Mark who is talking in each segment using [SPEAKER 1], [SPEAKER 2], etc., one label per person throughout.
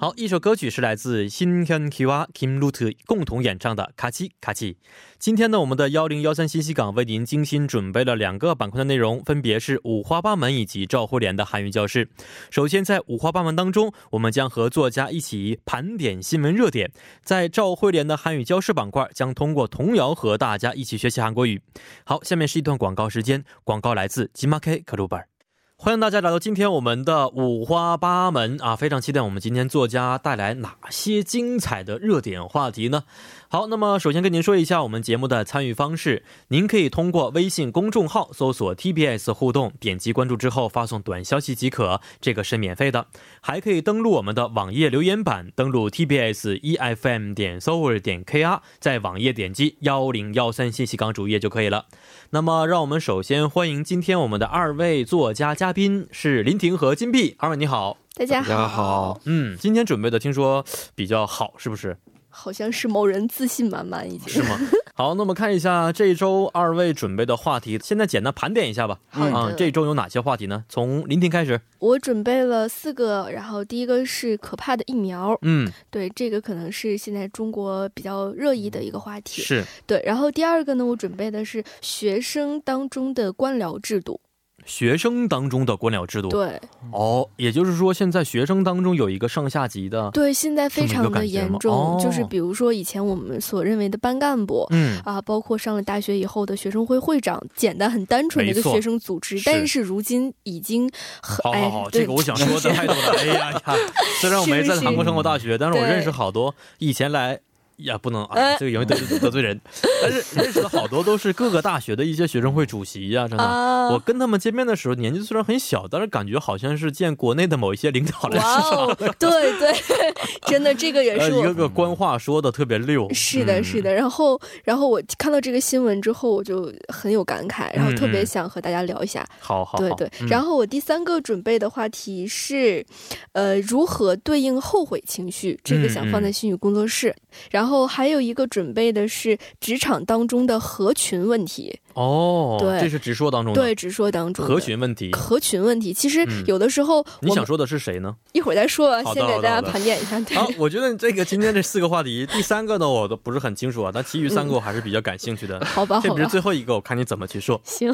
[SPEAKER 1] 好，一首歌曲是来自新天 Kiwa Kim Lut 共同演唱的《卡奇卡奇》。今天呢，我们的幺零幺三信息港为您精心准备了两个板块的内容，分别是五花八门以及赵慧莲的韩语教室。首先，在五花八门当中，我们将和作家一起盘点新闻热点；在赵慧莲的韩语教室板块，将通过童谣和大家一起学习韩国语。好，下面是一段广告时间，广告来自 Jima K c l u b 欢迎大家来到今天我们的五花八门啊！非常期待我们今天作家带来哪些精彩的热点话题呢？好，那么首先跟您说一下我们节目的参与方式，您可以通过微信公众号搜索 TBS 互动，点击关注之后发送短消息即可，这个是免费的。还可以登录我们的网页留言板，登录 TBS EFM E 点 s o u r 点 KR，在网页点击幺零幺三信息港主页就可以了。那么，让我们首先欢迎今天我们的二位作家嘉宾是林婷和金碧。二位你好，
[SPEAKER 2] 大家好，
[SPEAKER 3] 大家好，
[SPEAKER 1] 嗯，今天准备的听说比较好，是不是？
[SPEAKER 2] 好像是某人自信满满，已
[SPEAKER 1] 是
[SPEAKER 2] 经。
[SPEAKER 1] 吗？ 好，那我们看一下这一周二位准备的话题，现在简单盘点一下吧。
[SPEAKER 2] 好的
[SPEAKER 1] 啊，这周有哪些话题呢？从林婷开始。
[SPEAKER 2] 我准备了四个，然后第一个是可怕的疫苗，
[SPEAKER 1] 嗯，
[SPEAKER 2] 对，这个可能是现在中国比较热议的一个话题。
[SPEAKER 1] 是
[SPEAKER 2] 对，然后第二个呢，我准备的是学生当中的官僚制度。
[SPEAKER 1] 学生当中的官僚制度。
[SPEAKER 2] 对
[SPEAKER 1] 哦，也就是说，现在学生当中有一个上下级的。
[SPEAKER 2] 对，现在非常的严重，
[SPEAKER 1] 这么一个感觉吗哦
[SPEAKER 2] 就是比如说以前我们所认为的班干部。
[SPEAKER 1] 嗯，
[SPEAKER 2] 啊，包括上了大学以后的学生会会长，简单很单纯的一个
[SPEAKER 1] 没错
[SPEAKER 2] 学生组织，
[SPEAKER 1] 是
[SPEAKER 2] 但是如今已经很
[SPEAKER 1] 好好好，
[SPEAKER 2] 哎，
[SPEAKER 1] 这
[SPEAKER 2] 对
[SPEAKER 1] 个我想说的太 多了。哎呀呀， 虽然我没在韩国生活大学，但是我
[SPEAKER 2] 对
[SPEAKER 1] 认识好多以前来。呀，不能啊
[SPEAKER 2] 哎，
[SPEAKER 1] 这个容易得罪得罪 人。但是认识的好多都是各个大学的一些学生会主席呀、真的。
[SPEAKER 2] 啊，
[SPEAKER 1] 我跟他们见面的时候，年纪虽然很小，但是感觉好像是见国内的某一些领导来，
[SPEAKER 2] 哇哦，对对，真的这个也
[SPEAKER 1] 呃，
[SPEAKER 2] 是
[SPEAKER 1] 一个
[SPEAKER 2] 我。
[SPEAKER 1] 个官话说的特别溜。
[SPEAKER 2] 是的，
[SPEAKER 1] 嗯
[SPEAKER 2] 是。的。然后，然后我看到这个新闻之后，我就很有感慨，然后特
[SPEAKER 1] 嗯
[SPEAKER 2] 别
[SPEAKER 1] 嗯
[SPEAKER 2] 想和大家聊一下。
[SPEAKER 1] 好好好，
[SPEAKER 2] 对对。
[SPEAKER 1] 嗯
[SPEAKER 2] 然后我第三个准备的话题是，呃，如何对应后悔情绪，这个想放在心语工作室。
[SPEAKER 1] 嗯
[SPEAKER 2] 然后还有一个准备的是职场当中的合群问题，
[SPEAKER 1] 哦，
[SPEAKER 2] 对
[SPEAKER 1] 这是直说当中的
[SPEAKER 2] 对直说当中的
[SPEAKER 1] 合。群问题。
[SPEAKER 2] 合群问题，其实
[SPEAKER 1] 嗯
[SPEAKER 2] 有的时候
[SPEAKER 1] 你
[SPEAKER 2] 我
[SPEAKER 1] 想
[SPEAKER 2] 们
[SPEAKER 1] 说的是谁呢？
[SPEAKER 2] 一会儿再说吧，
[SPEAKER 1] 好的
[SPEAKER 2] 先给
[SPEAKER 1] 好的
[SPEAKER 2] 大家
[SPEAKER 1] 好的
[SPEAKER 2] 盘点一下。对
[SPEAKER 1] 好，我觉得这个今天这四个话题，第三个呢我都不是很清楚啊，但其余三个我还是比较感兴趣 的。
[SPEAKER 2] 好吧，
[SPEAKER 1] 这
[SPEAKER 2] 好
[SPEAKER 1] 不是
[SPEAKER 2] 吧，
[SPEAKER 1] 最后一个，我看你怎么去 说，
[SPEAKER 2] 行。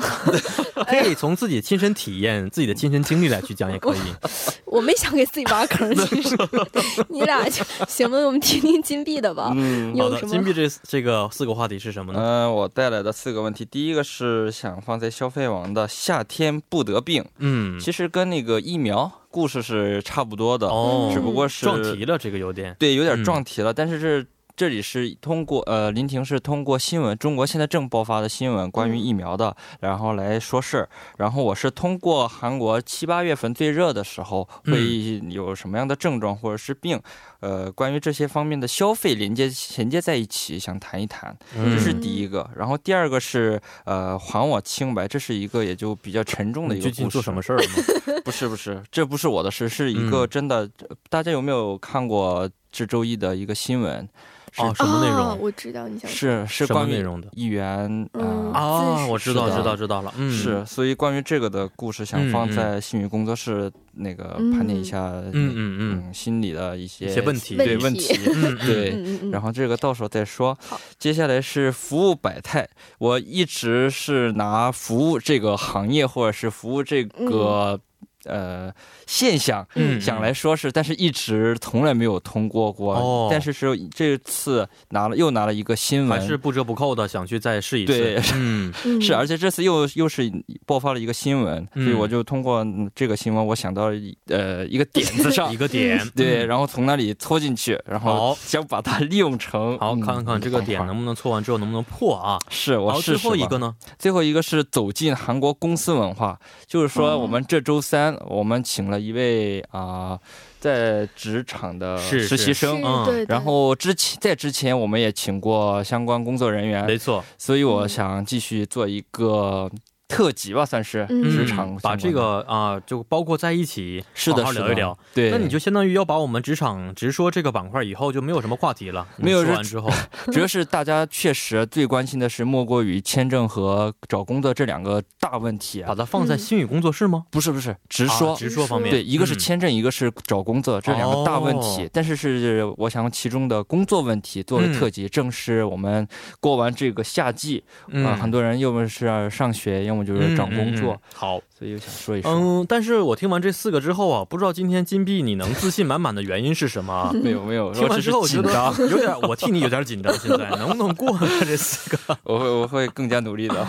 [SPEAKER 2] 哎
[SPEAKER 1] 可以从自己亲身体验、自己的亲身经历来去讲也 可以。
[SPEAKER 2] 我没想给自己挖坑，其实 你俩就行吧，我们听听金币的吧。
[SPEAKER 3] 嗯
[SPEAKER 2] 有，
[SPEAKER 1] 好的，
[SPEAKER 2] 什么
[SPEAKER 1] 金币这这个四个话题是什么呢？
[SPEAKER 3] 嗯、我带来的四个问题，第一个是想放在消费网的夏天不得病，
[SPEAKER 1] 嗯，
[SPEAKER 3] 其实跟那个疫苗故事是差不多的，
[SPEAKER 1] 哦，
[SPEAKER 3] 只不过嗯是
[SPEAKER 1] 撞题了，这个有点。
[SPEAKER 3] 对，
[SPEAKER 1] 嗯
[SPEAKER 3] 有点撞题了，但是这。这里是通过呃，林婷是通过新闻，中国现在正爆发的新闻关于
[SPEAKER 2] 嗯
[SPEAKER 3] 疫苗的，然后来说事儿。然后我是通过韩国七八月份最热的时候
[SPEAKER 1] 嗯
[SPEAKER 3] 会有什么样的症状或者是病，呃，关于这些方面的消费连接衔接在一起，想谈一谈。这是
[SPEAKER 1] 嗯，
[SPEAKER 3] 第一个。然后第二个是呃，还我清白，这是一个也就比较沉重的一
[SPEAKER 1] 你
[SPEAKER 3] 个
[SPEAKER 1] 最近
[SPEAKER 3] 故事。
[SPEAKER 1] 做什么？事儿了吗？
[SPEAKER 3] 不是不是，这不是我的事，是一个
[SPEAKER 1] 嗯
[SPEAKER 3] 真的。大家有没有看过这周一的一个新闻？是
[SPEAKER 1] 哦，什么内
[SPEAKER 2] 啊
[SPEAKER 1] 容？
[SPEAKER 2] 我知道你想
[SPEAKER 3] 是 是
[SPEAKER 1] 什么
[SPEAKER 3] 关
[SPEAKER 1] 内
[SPEAKER 3] 于
[SPEAKER 1] 容的？
[SPEAKER 3] 议员
[SPEAKER 2] 嗯
[SPEAKER 3] 呃
[SPEAKER 1] 啊，我知道，
[SPEAKER 3] 是的
[SPEAKER 1] 知道，知道了。嗯，
[SPEAKER 3] 是，所以关于这个的故事，
[SPEAKER 1] 嗯
[SPEAKER 3] 想放
[SPEAKER 1] 嗯
[SPEAKER 3] 在新宇工作室那个
[SPEAKER 2] 嗯
[SPEAKER 3] 盘点一下，
[SPEAKER 1] 嗯嗯嗯，
[SPEAKER 3] 心里的一些
[SPEAKER 1] 一些问题
[SPEAKER 3] 对
[SPEAKER 2] 问
[SPEAKER 3] 问
[SPEAKER 2] 题
[SPEAKER 3] 题，
[SPEAKER 1] 嗯，嗯
[SPEAKER 3] 对，
[SPEAKER 2] 嗯嗯嗯，
[SPEAKER 3] 然
[SPEAKER 2] 后
[SPEAKER 3] 后这个到时候再说
[SPEAKER 2] 好。
[SPEAKER 3] 接下来是服务百态，我一直是拿服务这个行业或者是服务这
[SPEAKER 2] 嗯
[SPEAKER 3] 个、呃现象
[SPEAKER 1] 嗯
[SPEAKER 3] 想来说是，但是一直从来没有通过过。
[SPEAKER 1] 哦
[SPEAKER 3] 但是是这次拿了又拿了一个新
[SPEAKER 1] 还
[SPEAKER 2] 嗯
[SPEAKER 3] 闻，
[SPEAKER 1] 是不折不扣的想去再试一次。
[SPEAKER 3] 对。
[SPEAKER 1] 嗯，
[SPEAKER 3] 是，而且这次又又是爆发了一个新闻，所以
[SPEAKER 1] 嗯
[SPEAKER 3] 我就通过嗯这个新闻，我想到一呃一个点子 上
[SPEAKER 1] 一，个 点。
[SPEAKER 3] 对，
[SPEAKER 1] 嗯，
[SPEAKER 3] 然后从那里搓进去，然
[SPEAKER 1] 好
[SPEAKER 3] 后想把它利用 成
[SPEAKER 1] 好
[SPEAKER 3] 嗯
[SPEAKER 1] 看看这个点
[SPEAKER 3] 板块
[SPEAKER 1] 能不能错完之后能不能破啊？
[SPEAKER 3] 是
[SPEAKER 1] 然
[SPEAKER 3] 我
[SPEAKER 1] 后
[SPEAKER 3] 试
[SPEAKER 1] 最
[SPEAKER 3] 试
[SPEAKER 1] 后一
[SPEAKER 3] 吧
[SPEAKER 1] 个呢？
[SPEAKER 3] 最后一个是走进韩国公司文化，就是说
[SPEAKER 1] 嗯
[SPEAKER 2] 哦
[SPEAKER 3] 我们这周三我们请了一位啊、在职场的
[SPEAKER 1] 是是
[SPEAKER 3] 实习生。
[SPEAKER 1] 嗯
[SPEAKER 2] 对，对
[SPEAKER 3] 然后之前在之前我们也请过相关工作人员，
[SPEAKER 1] 没错，
[SPEAKER 3] 所以我想继续做一个特辑吧，算是
[SPEAKER 2] 嗯
[SPEAKER 3] 职场、
[SPEAKER 1] 把这个啊、就包括在一起
[SPEAKER 3] 是的
[SPEAKER 1] 好好
[SPEAKER 3] 是的
[SPEAKER 1] 聊一聊。
[SPEAKER 3] 对，
[SPEAKER 1] 那你就相当于要把我们职场直说这个板块以后就没有什么话题了。
[SPEAKER 3] 没有
[SPEAKER 1] 你说
[SPEAKER 3] 是
[SPEAKER 1] 完之 后，
[SPEAKER 3] 主要是大家确实最关心的是莫过于签证和找工作这两个大问题啊
[SPEAKER 1] 把。它放在心语工作室吗？
[SPEAKER 3] 不是不是，直
[SPEAKER 1] 啊
[SPEAKER 3] 说、
[SPEAKER 1] 直说方面，
[SPEAKER 3] 对，一个是
[SPEAKER 1] 嗯
[SPEAKER 3] 签证，一个是找工作，这两个大问题。
[SPEAKER 1] 哦嗯
[SPEAKER 3] 但是是我想其中的工作问题作为特辑，正是我们过完这个夏季啊、
[SPEAKER 1] 嗯
[SPEAKER 3] 很多人要么是上学，要么就是找工作，
[SPEAKER 1] 嗯嗯嗯好，
[SPEAKER 3] 所以又想说一说。
[SPEAKER 1] 嗯，但是我听完这四个之后啊，不知道今天金币你能自信满满的原因是什么啊？
[SPEAKER 3] 没有没有，
[SPEAKER 1] 听
[SPEAKER 3] 我
[SPEAKER 1] 完
[SPEAKER 3] 只
[SPEAKER 1] 之
[SPEAKER 3] 是
[SPEAKER 1] 后我觉
[SPEAKER 3] 紧
[SPEAKER 1] 得
[SPEAKER 3] 张，
[SPEAKER 1] 有点，我替你有点紧张。现在能不能过呢？这四个？
[SPEAKER 3] 我会我会更加努力的。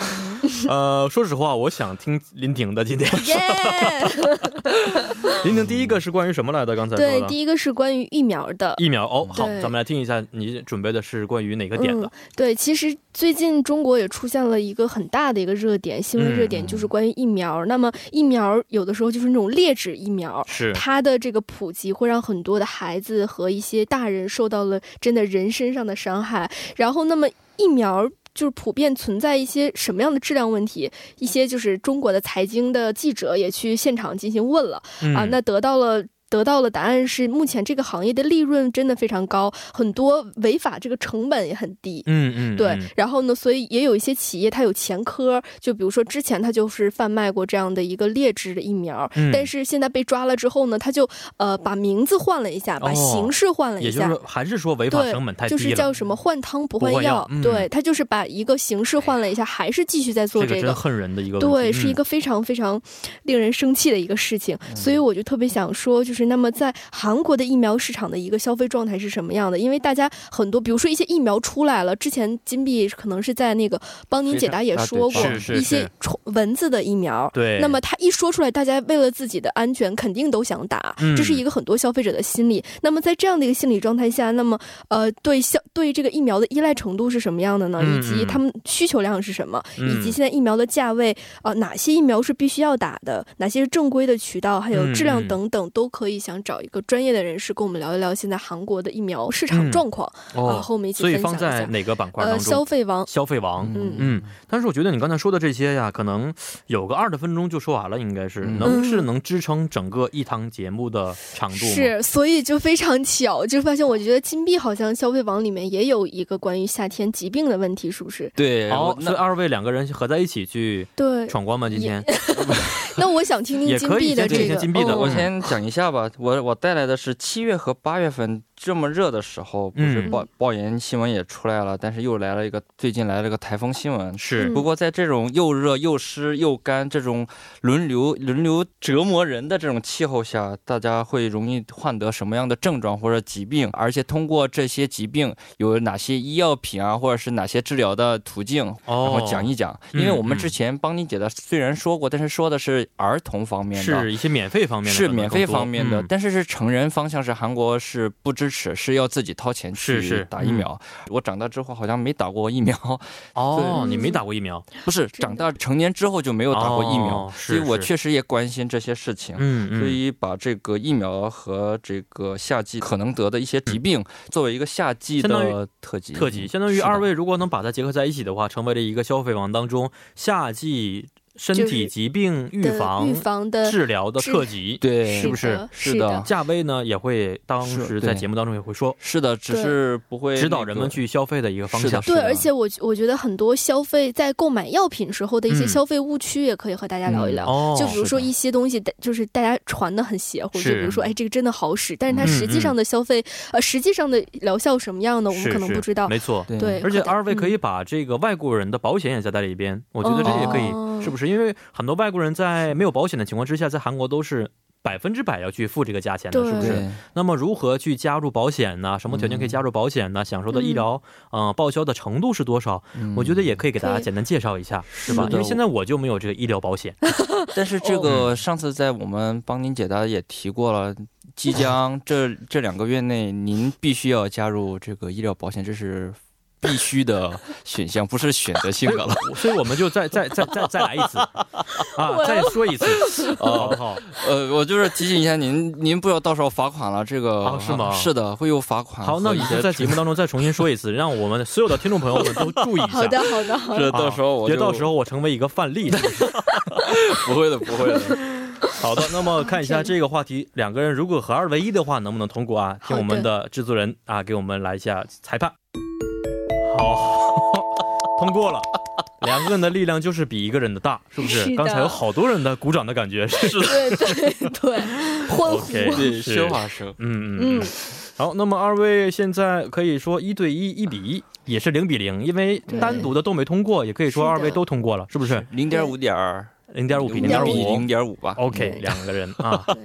[SPEAKER 1] 呃，说实话，我想听林婷的。今天
[SPEAKER 2] 耶、
[SPEAKER 1] 林婷第一个是关于什么来的？刚才说
[SPEAKER 2] 对，
[SPEAKER 1] 的
[SPEAKER 2] 第一个是关于疫苗的。
[SPEAKER 1] 疫苗哦，好，
[SPEAKER 2] 对
[SPEAKER 1] 咱们来听一下你准备的是关于哪个点的？
[SPEAKER 2] 嗯对，其实最近中国也出现了一个很大的一个热点，新闻热点就是关于疫苗。那么疫苗有的时候就是那种劣质疫苗，
[SPEAKER 1] 是
[SPEAKER 2] 它的这个普及会让很多的孩子和一些大人受到了真的人身上的伤害。然后，那么疫苗。就是普遍存在一些什么样的质量问题？一些就是中国的财经的记者也去现场进行问了，
[SPEAKER 1] 嗯
[SPEAKER 2] 啊，那得到了。得到了答案是，目前这个行业的利润真的非常高，很多违法这个成本也很低。
[SPEAKER 1] 嗯嗯，
[SPEAKER 2] 对
[SPEAKER 1] 嗯，
[SPEAKER 2] 然后呢，所以也有一些企业它有前科，就比如说之前它就是贩卖过这样的一个劣质的疫苗，
[SPEAKER 1] 嗯
[SPEAKER 2] 但是现在被抓了之后呢，他就呃把名字换了一下，把
[SPEAKER 1] 哦
[SPEAKER 2] 形式换了一
[SPEAKER 1] 也就
[SPEAKER 2] 下。
[SPEAKER 1] 是还是说违法
[SPEAKER 2] 对
[SPEAKER 1] 成本太，低
[SPEAKER 2] 就
[SPEAKER 1] 了，嗯
[SPEAKER 2] 是叫什么换汤不
[SPEAKER 1] 不
[SPEAKER 2] 换
[SPEAKER 1] 换药嗯
[SPEAKER 2] 对他就是把一个形式换了一下，还是继续在做
[SPEAKER 1] 这个
[SPEAKER 2] 个
[SPEAKER 1] 真。恨人的一个问题，
[SPEAKER 2] 对，是一
[SPEAKER 1] 嗯
[SPEAKER 2] 个非常非常令人生气的一个事情，所以我就特别想说，就是那么在韩国的疫苗市场的一个消费状态是什么样的？因为大家很多，比如说一些疫苗出来了，之前金币可能是在那个帮您解答也说过
[SPEAKER 3] 非常
[SPEAKER 1] 啊对是
[SPEAKER 2] 一
[SPEAKER 1] 是
[SPEAKER 2] 些
[SPEAKER 1] 是
[SPEAKER 2] 虫蚊子的疫苗。
[SPEAKER 1] 对，
[SPEAKER 2] 那么他一说出来，大家为了自己的安全，肯定都想打
[SPEAKER 1] 嗯，
[SPEAKER 2] 这是一个很多消费者的心理。那么在这样的一个心理状态下，那么呃，对消对这个疫苗的依赖程度是什么样的呢？
[SPEAKER 1] 嗯
[SPEAKER 2] 以及他们需求量是什么？
[SPEAKER 1] 嗯
[SPEAKER 2] 以及现在疫苗的价位，呃，哪些疫苗是必须要打的，哪些是正规的渠道，还有
[SPEAKER 1] 嗯
[SPEAKER 2] 质量
[SPEAKER 1] 嗯
[SPEAKER 2] 等等，都可以想找一个专业的人士跟我们聊一聊现在韩国的疫苗市场
[SPEAKER 1] 嗯
[SPEAKER 2] 状况，然
[SPEAKER 1] 哦，
[SPEAKER 2] 呃后我们一起
[SPEAKER 1] 所
[SPEAKER 2] 分
[SPEAKER 1] 以
[SPEAKER 2] 享一
[SPEAKER 1] 放在
[SPEAKER 2] 下。
[SPEAKER 1] 哪个板块
[SPEAKER 2] 呃，
[SPEAKER 1] 当
[SPEAKER 2] 消
[SPEAKER 1] 中？
[SPEAKER 2] 费王，
[SPEAKER 1] 消费 王，
[SPEAKER 2] 嗯
[SPEAKER 1] 嗯，但是我觉得你刚才说的这些呀，可能有个二十分钟就说完了，应该是
[SPEAKER 3] 嗯
[SPEAKER 1] 能是能支撑整个一堂节目的长度吗？
[SPEAKER 2] 是，所以就非常巧，就发现我觉得金币好像消费网里面也有一个关于夏天疾病的问题，是不是？
[SPEAKER 3] 对，
[SPEAKER 1] 哦
[SPEAKER 3] 我，
[SPEAKER 1] 所以二位两个人合在一起去
[SPEAKER 2] 对。
[SPEAKER 1] 闯关吗？今天
[SPEAKER 2] 那我想听
[SPEAKER 1] 也
[SPEAKER 2] 听
[SPEAKER 1] 可
[SPEAKER 2] 金
[SPEAKER 1] 以
[SPEAKER 2] 币的
[SPEAKER 1] 先听
[SPEAKER 2] 这
[SPEAKER 1] 一下
[SPEAKER 2] 个，
[SPEAKER 1] 金币的
[SPEAKER 3] 我
[SPEAKER 1] 嗯
[SPEAKER 3] 先讲一下吧，我我带来的是七月和八月份这么热的时候，不是
[SPEAKER 1] 嗯
[SPEAKER 3] 爆爆炎新闻也出来了，但是又来了一个最近来了一个台风新闻。
[SPEAKER 1] 是
[SPEAKER 2] 嗯
[SPEAKER 3] 不过在这种又热又湿又干这种轮流轮流折磨人的这种气候下，大家会容易患得什么样的症状或者疾病？而且通过这些疾病有哪些医药品啊，或者是哪些治疗的途径，然
[SPEAKER 1] 哦
[SPEAKER 3] 后，讲一讲。
[SPEAKER 1] 嗯
[SPEAKER 3] 因为我
[SPEAKER 1] 嗯
[SPEAKER 3] 们之前邦尼姐的虽然说过，但是说的是儿童方面的。
[SPEAKER 1] 是一些免费方面的，
[SPEAKER 3] 是
[SPEAKER 1] 可能
[SPEAKER 3] 免费
[SPEAKER 1] 更多
[SPEAKER 3] 方面的，
[SPEAKER 1] 嗯
[SPEAKER 3] 但是是成人方向是韩国是不支持，是要自己掏钱
[SPEAKER 1] 是是嗯
[SPEAKER 3] 去打疫苗。我长大之后好像没打过疫苗，
[SPEAKER 1] 哦，
[SPEAKER 2] 对
[SPEAKER 1] 你没打过疫苗，
[SPEAKER 3] 不是
[SPEAKER 2] 的
[SPEAKER 3] 长大成年之后就没有打过疫苗，
[SPEAKER 1] 哦
[SPEAKER 3] 所以
[SPEAKER 1] 是
[SPEAKER 3] 我
[SPEAKER 1] 是
[SPEAKER 3] 确实也关心这些事情。
[SPEAKER 1] 嗯嗯，
[SPEAKER 3] 所以把这个疫苗和这个夏季可能得的一些疾病作为一个夏季
[SPEAKER 1] 嗯相当
[SPEAKER 3] 的特辑，
[SPEAKER 1] 特辑相当于
[SPEAKER 3] 是的
[SPEAKER 1] 二位如果能把它结合在一起的话，成为了一个消费网当中夏季身
[SPEAKER 2] 就
[SPEAKER 1] 体
[SPEAKER 2] 是
[SPEAKER 1] 疾病预
[SPEAKER 2] 的
[SPEAKER 1] 防
[SPEAKER 2] 预防的
[SPEAKER 1] 治疗的
[SPEAKER 2] 治
[SPEAKER 1] 特辑，
[SPEAKER 3] 对，
[SPEAKER 1] 是不是
[SPEAKER 2] 的
[SPEAKER 3] 是
[SPEAKER 2] 是
[SPEAKER 3] 的
[SPEAKER 2] 的
[SPEAKER 1] 价位呢也会当
[SPEAKER 3] 是
[SPEAKER 1] 时
[SPEAKER 3] 对
[SPEAKER 1] 在节目当中也会说，
[SPEAKER 3] 是的，只
[SPEAKER 2] 对
[SPEAKER 3] 是不会
[SPEAKER 1] 指导
[SPEAKER 3] 那
[SPEAKER 1] 人
[SPEAKER 3] 个
[SPEAKER 1] 们去消费的一个方
[SPEAKER 3] 是
[SPEAKER 1] 向
[SPEAKER 3] 的。
[SPEAKER 2] 对，
[SPEAKER 3] 是
[SPEAKER 2] 而且我我觉得很多消费在购买药品时候的一些
[SPEAKER 1] 嗯
[SPEAKER 2] 消费误区，也可以和大家聊一聊。
[SPEAKER 1] 哦，
[SPEAKER 2] 就比如
[SPEAKER 3] 是
[SPEAKER 2] 说
[SPEAKER 3] 的
[SPEAKER 2] 一些东西，就是大家传的很邪乎，就是比如说，哎，这个真的好使，但是它
[SPEAKER 1] 嗯
[SPEAKER 2] 实际上的消费，呃，实际上的疗效什么样呢？我们
[SPEAKER 1] 是
[SPEAKER 2] 可能
[SPEAKER 1] 是
[SPEAKER 2] 不知道。
[SPEAKER 1] 没错。
[SPEAKER 3] 对
[SPEAKER 2] 对，
[SPEAKER 1] 而且
[SPEAKER 2] 可能
[SPEAKER 1] 二位可
[SPEAKER 2] 嗯
[SPEAKER 1] 以把这个外国人的保险也加在里边，我觉得这也可
[SPEAKER 2] 哦
[SPEAKER 1] 以，是不是？因为很多外国人在没有保险的情况之下，在韩国都是百分之百要去付这个价钱的，
[SPEAKER 2] 对嗯
[SPEAKER 1] 是不是？
[SPEAKER 3] 对
[SPEAKER 1] 那么如何去加入保险呢？什么条件可以加入保险呢？享受的医疗嗯、呃报销的程度是多少？嗯我觉得也可以给大家
[SPEAKER 2] 嗯对
[SPEAKER 1] 简单介绍一下，是吧
[SPEAKER 3] 是？的
[SPEAKER 1] 因为现在我就没有这个医疗保 险，
[SPEAKER 3] 但是
[SPEAKER 2] 哦
[SPEAKER 3] 这个上次在我们帮您解答也提过了， 即将这这两个月内您必须要加入这个医疗保险，这是必须的选项，不是选择性的了。
[SPEAKER 1] 所以我们就再再再再再来一 次啊，再说一次，哦好不好？
[SPEAKER 3] 呃，我就是提醒一下您，您不要到时候罚款了。这个、
[SPEAKER 1] 啊是吗
[SPEAKER 3] 是的，会有罚款。
[SPEAKER 1] 好，那
[SPEAKER 3] 你
[SPEAKER 1] 你就在节目当中再重新说一次，让我们所有的听众朋友们都注意一下。
[SPEAKER 2] 好的，好的，好的。
[SPEAKER 3] 是
[SPEAKER 1] 啊
[SPEAKER 3] 到时候我
[SPEAKER 1] 别
[SPEAKER 3] 就
[SPEAKER 1] 到时候我成为一个范 例。
[SPEAKER 3] 不会的，不 会的。
[SPEAKER 1] 好的，那么看一下这个话题，两个人如果合二为一的话，能不能通过啊？听我们的制作人啊，给我们来一下裁判。好，通过了。两个人的力量就是比一个人的大，是不是？
[SPEAKER 2] 是的
[SPEAKER 1] 刚才有好多人的鼓掌的感觉，是的。
[SPEAKER 2] 对对 对，欢呼。
[SPEAKER 1] OK
[SPEAKER 3] 对，
[SPEAKER 1] 是
[SPEAKER 3] 喧哗声。
[SPEAKER 1] 嗯嗯
[SPEAKER 2] 嗯
[SPEAKER 1] 嗯。，好，那么二位现在可以说一对一、一比一，也是零比零，因为
[SPEAKER 2] 对
[SPEAKER 1] 单独的都没通过，也可以说
[SPEAKER 2] 是的
[SPEAKER 1] 二位都通过了，是不是？
[SPEAKER 3] 零点五点儿，
[SPEAKER 1] 零点五哦比零
[SPEAKER 3] 零
[SPEAKER 1] 点
[SPEAKER 3] 零
[SPEAKER 1] 五
[SPEAKER 3] 点五吧。
[SPEAKER 1] ，OK，
[SPEAKER 2] 嗯
[SPEAKER 1] 两个人啊。
[SPEAKER 2] 对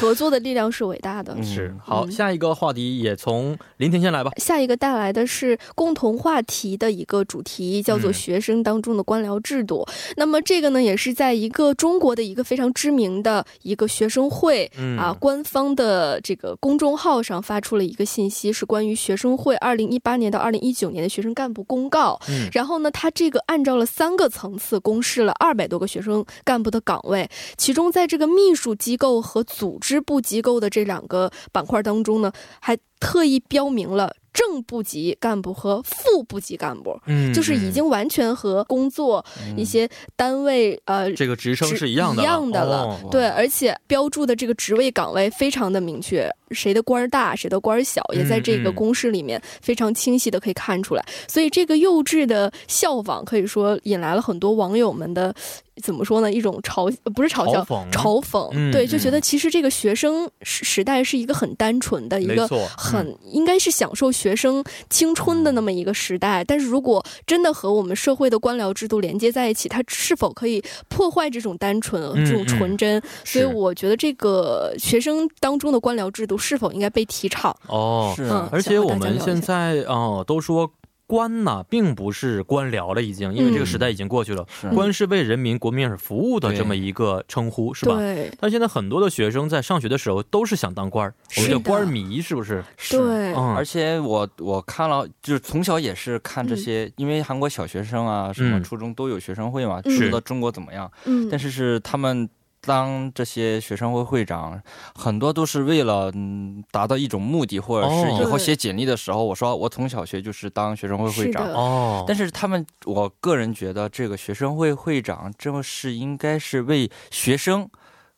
[SPEAKER 2] 合作的力量是伟大的。
[SPEAKER 3] 嗯
[SPEAKER 1] 是好，
[SPEAKER 2] 嗯
[SPEAKER 1] 下一个话题也从林婷先来吧。
[SPEAKER 2] 下一个带来的是共同话题的一个主题，叫做
[SPEAKER 1] 嗯
[SPEAKER 2] 学生当中的官僚制度。那么这个呢，也是在一个中国的一个非常知名的一个学生会。
[SPEAKER 1] 嗯
[SPEAKER 2] 啊，官方的这个公众号上发出了一个信息，是关于学生会二零一八年到二零一九年的学生干部公告。
[SPEAKER 1] 嗯
[SPEAKER 2] 然后呢，它这个按照了三个层次公示了二百多个学生干部的岗位，其中在这个秘书机构和组织部机构的这两个板块当中呢，还特意标明了正部级干部和副部级干部，
[SPEAKER 1] 嗯
[SPEAKER 2] 就是已经完全和工作
[SPEAKER 3] 嗯
[SPEAKER 2] 一些单位呃。
[SPEAKER 1] 这个职称是一样的
[SPEAKER 2] 一样的了
[SPEAKER 1] 哦
[SPEAKER 2] 对，而且标注的这个职位岗位非常的明确，谁的官儿大，谁的官儿小，也在这
[SPEAKER 1] 嗯
[SPEAKER 2] 个
[SPEAKER 1] 嗯
[SPEAKER 2] 公式里面非常清晰的可以看出来。所以这个幼稚的效仿，可以说引来了很多网友们的怎么说呢？一种嘲呃不是嘲笑
[SPEAKER 1] 嘲，讽
[SPEAKER 2] 嘲讽，
[SPEAKER 1] 嗯
[SPEAKER 2] 对，就
[SPEAKER 3] 嗯
[SPEAKER 2] 觉得其实这个学生时时代是一个很单纯的一
[SPEAKER 1] 没
[SPEAKER 2] 个
[SPEAKER 1] 错嗯
[SPEAKER 2] 很、应该是享受学生青春的那么一个时代。但是如果真的和我们社会的官僚制度连接在一起，它是否可以破坏这种单纯、
[SPEAKER 1] 嗯
[SPEAKER 2] 这种
[SPEAKER 1] 嗯
[SPEAKER 2] 纯真？所以
[SPEAKER 1] 是
[SPEAKER 2] 我觉得这个学生当中的官僚制度是否应该被提倡？
[SPEAKER 1] 哦。
[SPEAKER 3] 是啊
[SPEAKER 2] 嗯，
[SPEAKER 1] 而且我们
[SPEAKER 2] 想和大家聊
[SPEAKER 1] 现
[SPEAKER 2] 一下
[SPEAKER 1] 在哦、呃都说官呐、并不是官僚了，已经，因为这
[SPEAKER 2] 嗯
[SPEAKER 1] 个时代已经过去了。
[SPEAKER 3] 是啊
[SPEAKER 1] 官是为人民、国民而服务的
[SPEAKER 3] 对
[SPEAKER 1] 这么一个称呼，是吧？
[SPEAKER 2] 对
[SPEAKER 1] 但现在很多的学生在上学的时候都是想当官儿，我们
[SPEAKER 2] 是
[SPEAKER 1] 叫
[SPEAKER 2] 的
[SPEAKER 1] 官迷，是不是？
[SPEAKER 3] 是
[SPEAKER 2] 对，
[SPEAKER 1] 嗯，
[SPEAKER 3] 而且我我看了，就是从小也是看这
[SPEAKER 2] 嗯
[SPEAKER 3] 些，因为韩国小学生啊，什么
[SPEAKER 1] 嗯
[SPEAKER 3] 初中都有学生会嘛，
[SPEAKER 2] 嗯
[SPEAKER 3] 知道中国怎么样。
[SPEAKER 2] 嗯，
[SPEAKER 3] 但是是他们当这些学生会会长，很多都是为了嗯达到一种目的，或者是
[SPEAKER 1] 哦
[SPEAKER 3] 以后
[SPEAKER 2] 对
[SPEAKER 3] 写简历的时候，我说我从小学就是当学生会会
[SPEAKER 2] 是
[SPEAKER 3] 长。
[SPEAKER 2] 的
[SPEAKER 1] 哦，
[SPEAKER 3] 但是他们，我个人觉得这个学生会会长，这是应该是为学生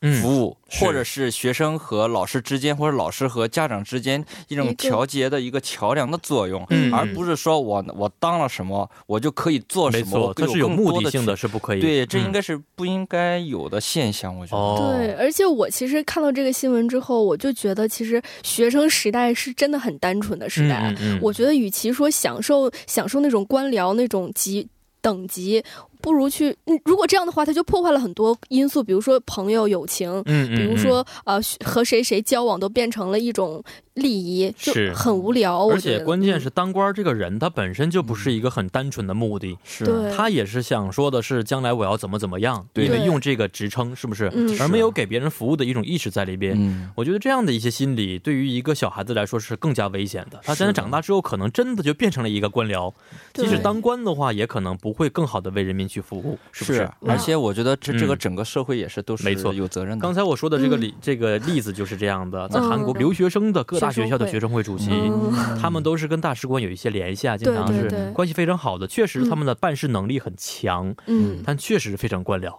[SPEAKER 1] 嗯，
[SPEAKER 3] 服务，
[SPEAKER 1] 是
[SPEAKER 3] 或者是学生和老师之间，或者老师和家长之间一
[SPEAKER 2] 一
[SPEAKER 3] 种
[SPEAKER 2] 个
[SPEAKER 3] 调节的一个桥梁的作用，
[SPEAKER 1] 嗯
[SPEAKER 3] 而不是说我我当了什么，我就可以做
[SPEAKER 1] 没
[SPEAKER 3] 什么，
[SPEAKER 1] 错
[SPEAKER 3] 我，会
[SPEAKER 1] 它是有
[SPEAKER 3] 更多
[SPEAKER 1] 目的性的，
[SPEAKER 3] 的
[SPEAKER 1] 是不可
[SPEAKER 3] 去。
[SPEAKER 1] 以。
[SPEAKER 3] 对，这
[SPEAKER 1] 嗯
[SPEAKER 3] 应该是不应该有的现象，我觉得。
[SPEAKER 1] 哦，
[SPEAKER 2] 对，而且我其实看到这个新闻之后，我就觉得其实学生时代是真的很单纯的时代。
[SPEAKER 1] 嗯嗯嗯
[SPEAKER 2] 我觉得与其说享受享受那种官僚那种级等级，不如去，嗯如果这样的话，它就破坏了很多因素，比如说朋友、友情。
[SPEAKER 1] 嗯，嗯
[SPEAKER 2] 比如，说，呃，和谁谁交往都变成了一种礼仪，就是很无聊。
[SPEAKER 1] 嗯而
[SPEAKER 2] 我觉
[SPEAKER 1] 且
[SPEAKER 2] 得
[SPEAKER 1] 关键是，当官儿这个人，他本身就不是一个很单纯的目的，
[SPEAKER 2] 嗯
[SPEAKER 3] 是
[SPEAKER 2] 对
[SPEAKER 1] 他也是想说的是将来我要怎么怎么样，
[SPEAKER 3] 对
[SPEAKER 1] 因为
[SPEAKER 2] 对
[SPEAKER 1] 用这个职称是不是，
[SPEAKER 2] 嗯
[SPEAKER 1] 而没有给别人服务的一种意识在里边。
[SPEAKER 3] 嗯，
[SPEAKER 1] 我觉得这样的一些心理，对于一个小孩子来说是更加危险的。他真的
[SPEAKER 3] 是的
[SPEAKER 1] 长大之后，可能真的就变成了一个官僚，
[SPEAKER 2] 对
[SPEAKER 1] 即使当官的话，也可能不会更好的为人民去服务，是不是？
[SPEAKER 3] 而且我觉得这
[SPEAKER 1] 嗯
[SPEAKER 3] 这个整个社会也是都是
[SPEAKER 1] 没错
[SPEAKER 3] 有责任的
[SPEAKER 1] 刚。才我说的这个例、这个例子就是这样的，在韩国
[SPEAKER 2] 嗯
[SPEAKER 1] 留学生的各大学校的学
[SPEAKER 2] 学
[SPEAKER 1] 生会主席，
[SPEAKER 2] 嗯
[SPEAKER 1] 他们都是跟大使馆有一些联系啊，经常
[SPEAKER 2] 对
[SPEAKER 1] 是
[SPEAKER 2] 对对
[SPEAKER 1] 关系非常好的。确实，他们的办事能力很强，
[SPEAKER 2] 嗯，
[SPEAKER 1] 但确实非常官僚。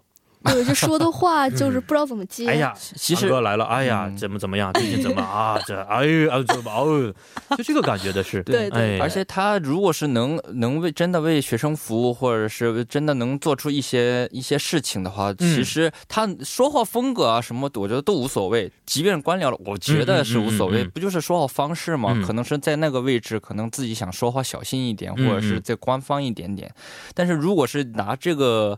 [SPEAKER 2] 对，就说的 话就是不知道怎么接。
[SPEAKER 1] 哎呀，
[SPEAKER 3] 其
[SPEAKER 1] 韩
[SPEAKER 3] 实
[SPEAKER 1] 哥来了，哎呀，
[SPEAKER 3] 嗯
[SPEAKER 1] 怎么怎么样，最近怎么啊？这哎呀，啊怎么哦，就这个感觉的是，
[SPEAKER 2] 对
[SPEAKER 1] 哎，
[SPEAKER 2] 对
[SPEAKER 3] 而且他如果是能能为真的为学生服务，或者是真的能做出一些一些事情的话，
[SPEAKER 1] 嗯
[SPEAKER 3] 其实他说话风格啊什么的，我觉得都无所谓。即便是官僚了，我觉得是无所
[SPEAKER 1] 嗯嗯
[SPEAKER 3] 谓，
[SPEAKER 1] 嗯嗯
[SPEAKER 3] 不就是说话方式吗、
[SPEAKER 1] 嗯
[SPEAKER 3] 可能是在那个位置，可能自己想说话小心一点，
[SPEAKER 1] 嗯嗯
[SPEAKER 3] 或者是再官方一点点。但是如果是拿这个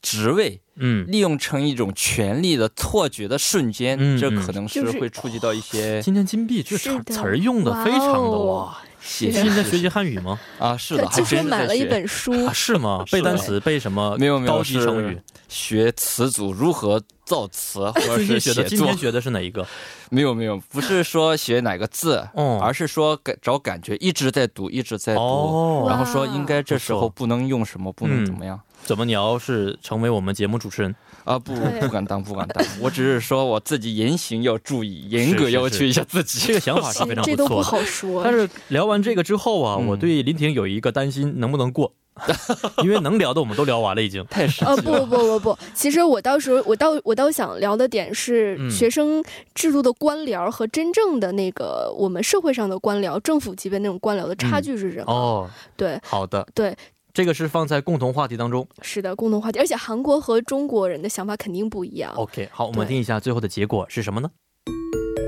[SPEAKER 3] 职位
[SPEAKER 1] 嗯，
[SPEAKER 3] 利用成一种权力的错觉的瞬间，
[SPEAKER 1] 嗯嗯
[SPEAKER 3] 这可能是
[SPEAKER 2] 就是哦
[SPEAKER 3] 会触及到一些。
[SPEAKER 1] 今天金币这
[SPEAKER 2] 是
[SPEAKER 1] 词
[SPEAKER 2] 的
[SPEAKER 1] 词儿用的非常的
[SPEAKER 2] 哇哦
[SPEAKER 1] 哇，
[SPEAKER 3] 谢谢。
[SPEAKER 1] 现在学习汉语吗？
[SPEAKER 3] 啊，是
[SPEAKER 2] 他
[SPEAKER 3] 的，
[SPEAKER 2] 据
[SPEAKER 3] 还
[SPEAKER 2] 说
[SPEAKER 3] 真是
[SPEAKER 2] 买
[SPEAKER 3] 在
[SPEAKER 2] 了一
[SPEAKER 3] 学。
[SPEAKER 2] 本书，
[SPEAKER 1] 啊， 是吗？
[SPEAKER 3] 是
[SPEAKER 1] 背
[SPEAKER 3] 的
[SPEAKER 1] 单词背什么？
[SPEAKER 3] 没有没有，
[SPEAKER 1] 高级
[SPEAKER 3] 是
[SPEAKER 1] 成语。
[SPEAKER 3] 学词组如何造 词，或者
[SPEAKER 1] 最近
[SPEAKER 3] 是
[SPEAKER 1] 学
[SPEAKER 3] 写
[SPEAKER 1] 的，今天
[SPEAKER 3] 作。
[SPEAKER 1] 学的是哪一个？
[SPEAKER 3] 没有没有，不是说写哪个字，
[SPEAKER 1] 哦
[SPEAKER 3] 而是说感找感觉，一直在读，一直在读，
[SPEAKER 1] 哦
[SPEAKER 3] 然后说应该这时
[SPEAKER 1] 不
[SPEAKER 3] 候
[SPEAKER 1] 错嗯
[SPEAKER 3] 不能用什么，不能怎么样。
[SPEAKER 1] 怎么你要是成为我们节目主持人？
[SPEAKER 3] 啊不
[SPEAKER 2] 对
[SPEAKER 3] 不敢当不敢当，我只是说我自己言行要注意，严格要求一下自己。
[SPEAKER 1] 这个想法是非常
[SPEAKER 2] 这
[SPEAKER 1] 不错的。
[SPEAKER 2] 都不好说。
[SPEAKER 1] 但是聊完这个之后啊，
[SPEAKER 3] 嗯
[SPEAKER 1] 我对林婷有一个担心，能不能 过？因为能聊的我们都聊完了，已经。
[SPEAKER 3] 太神
[SPEAKER 2] 呃，
[SPEAKER 3] 奇
[SPEAKER 2] 不
[SPEAKER 3] 了。
[SPEAKER 2] 不不不，其实我到时候我倒我倒想聊的点是
[SPEAKER 1] 嗯
[SPEAKER 2] 学生制度的官僚和真正的那个我们社会上的官僚、政府级别那种官僚的差
[SPEAKER 3] 嗯
[SPEAKER 2] 距是什么？
[SPEAKER 1] 哦，
[SPEAKER 2] 对
[SPEAKER 1] 好的，
[SPEAKER 2] 对，
[SPEAKER 1] 这个是放在共同话题当中。
[SPEAKER 2] 是的，共同话题，而且韩国和中国人的想法肯定不一
[SPEAKER 3] 哦
[SPEAKER 2] 样。
[SPEAKER 1] OK，好，我们
[SPEAKER 2] 对
[SPEAKER 1] 听一下最后的结果是什么呢？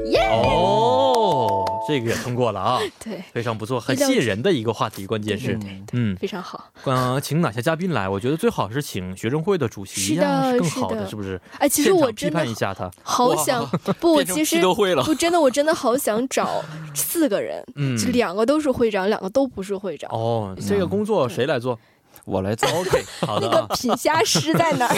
[SPEAKER 2] 耶
[SPEAKER 1] 哦，这个也通过了 啊，
[SPEAKER 2] 对，
[SPEAKER 1] 非常不错，很吸引人的一个话题，关键是
[SPEAKER 2] 对，对对，
[SPEAKER 1] 嗯，
[SPEAKER 2] 非常好。
[SPEAKER 1] 呃，请哪些嘉宾来？我觉得最好是请学生会的主席
[SPEAKER 2] 是
[SPEAKER 1] 呀、
[SPEAKER 2] 的
[SPEAKER 1] 是更
[SPEAKER 2] 是
[SPEAKER 1] 好的，
[SPEAKER 2] 的
[SPEAKER 1] 是不是？
[SPEAKER 2] 哎，其实
[SPEAKER 1] 现场
[SPEAKER 2] 我真
[SPEAKER 1] 批判一
[SPEAKER 2] 的
[SPEAKER 1] 下他，
[SPEAKER 2] 好
[SPEAKER 3] 哇
[SPEAKER 2] 想，不，我
[SPEAKER 3] 变成
[SPEAKER 2] 其
[SPEAKER 3] 批
[SPEAKER 2] 实
[SPEAKER 3] 斗会了。
[SPEAKER 2] 不真的，我真的好想找四个 人，
[SPEAKER 1] 嗯，
[SPEAKER 2] 就两个都是会长，两个都不是会长。
[SPEAKER 1] 哦，这个工作谁来做
[SPEAKER 3] 我来 做
[SPEAKER 1] ？OK，好
[SPEAKER 2] 那
[SPEAKER 1] 的
[SPEAKER 2] 个
[SPEAKER 1] 啊，
[SPEAKER 2] 品虾师在哪 儿？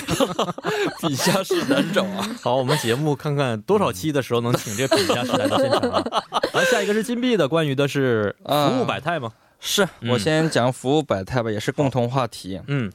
[SPEAKER 3] 笔下是难找啊。
[SPEAKER 1] 好，我们节目看看多少期的时候能请这个品家师来到现 场啊。来，下一个是金币的，关于的是服务百态吗？
[SPEAKER 3] 是
[SPEAKER 1] 嗯
[SPEAKER 3] 我先讲服务百态吧，也是共同话题。
[SPEAKER 1] 嗯，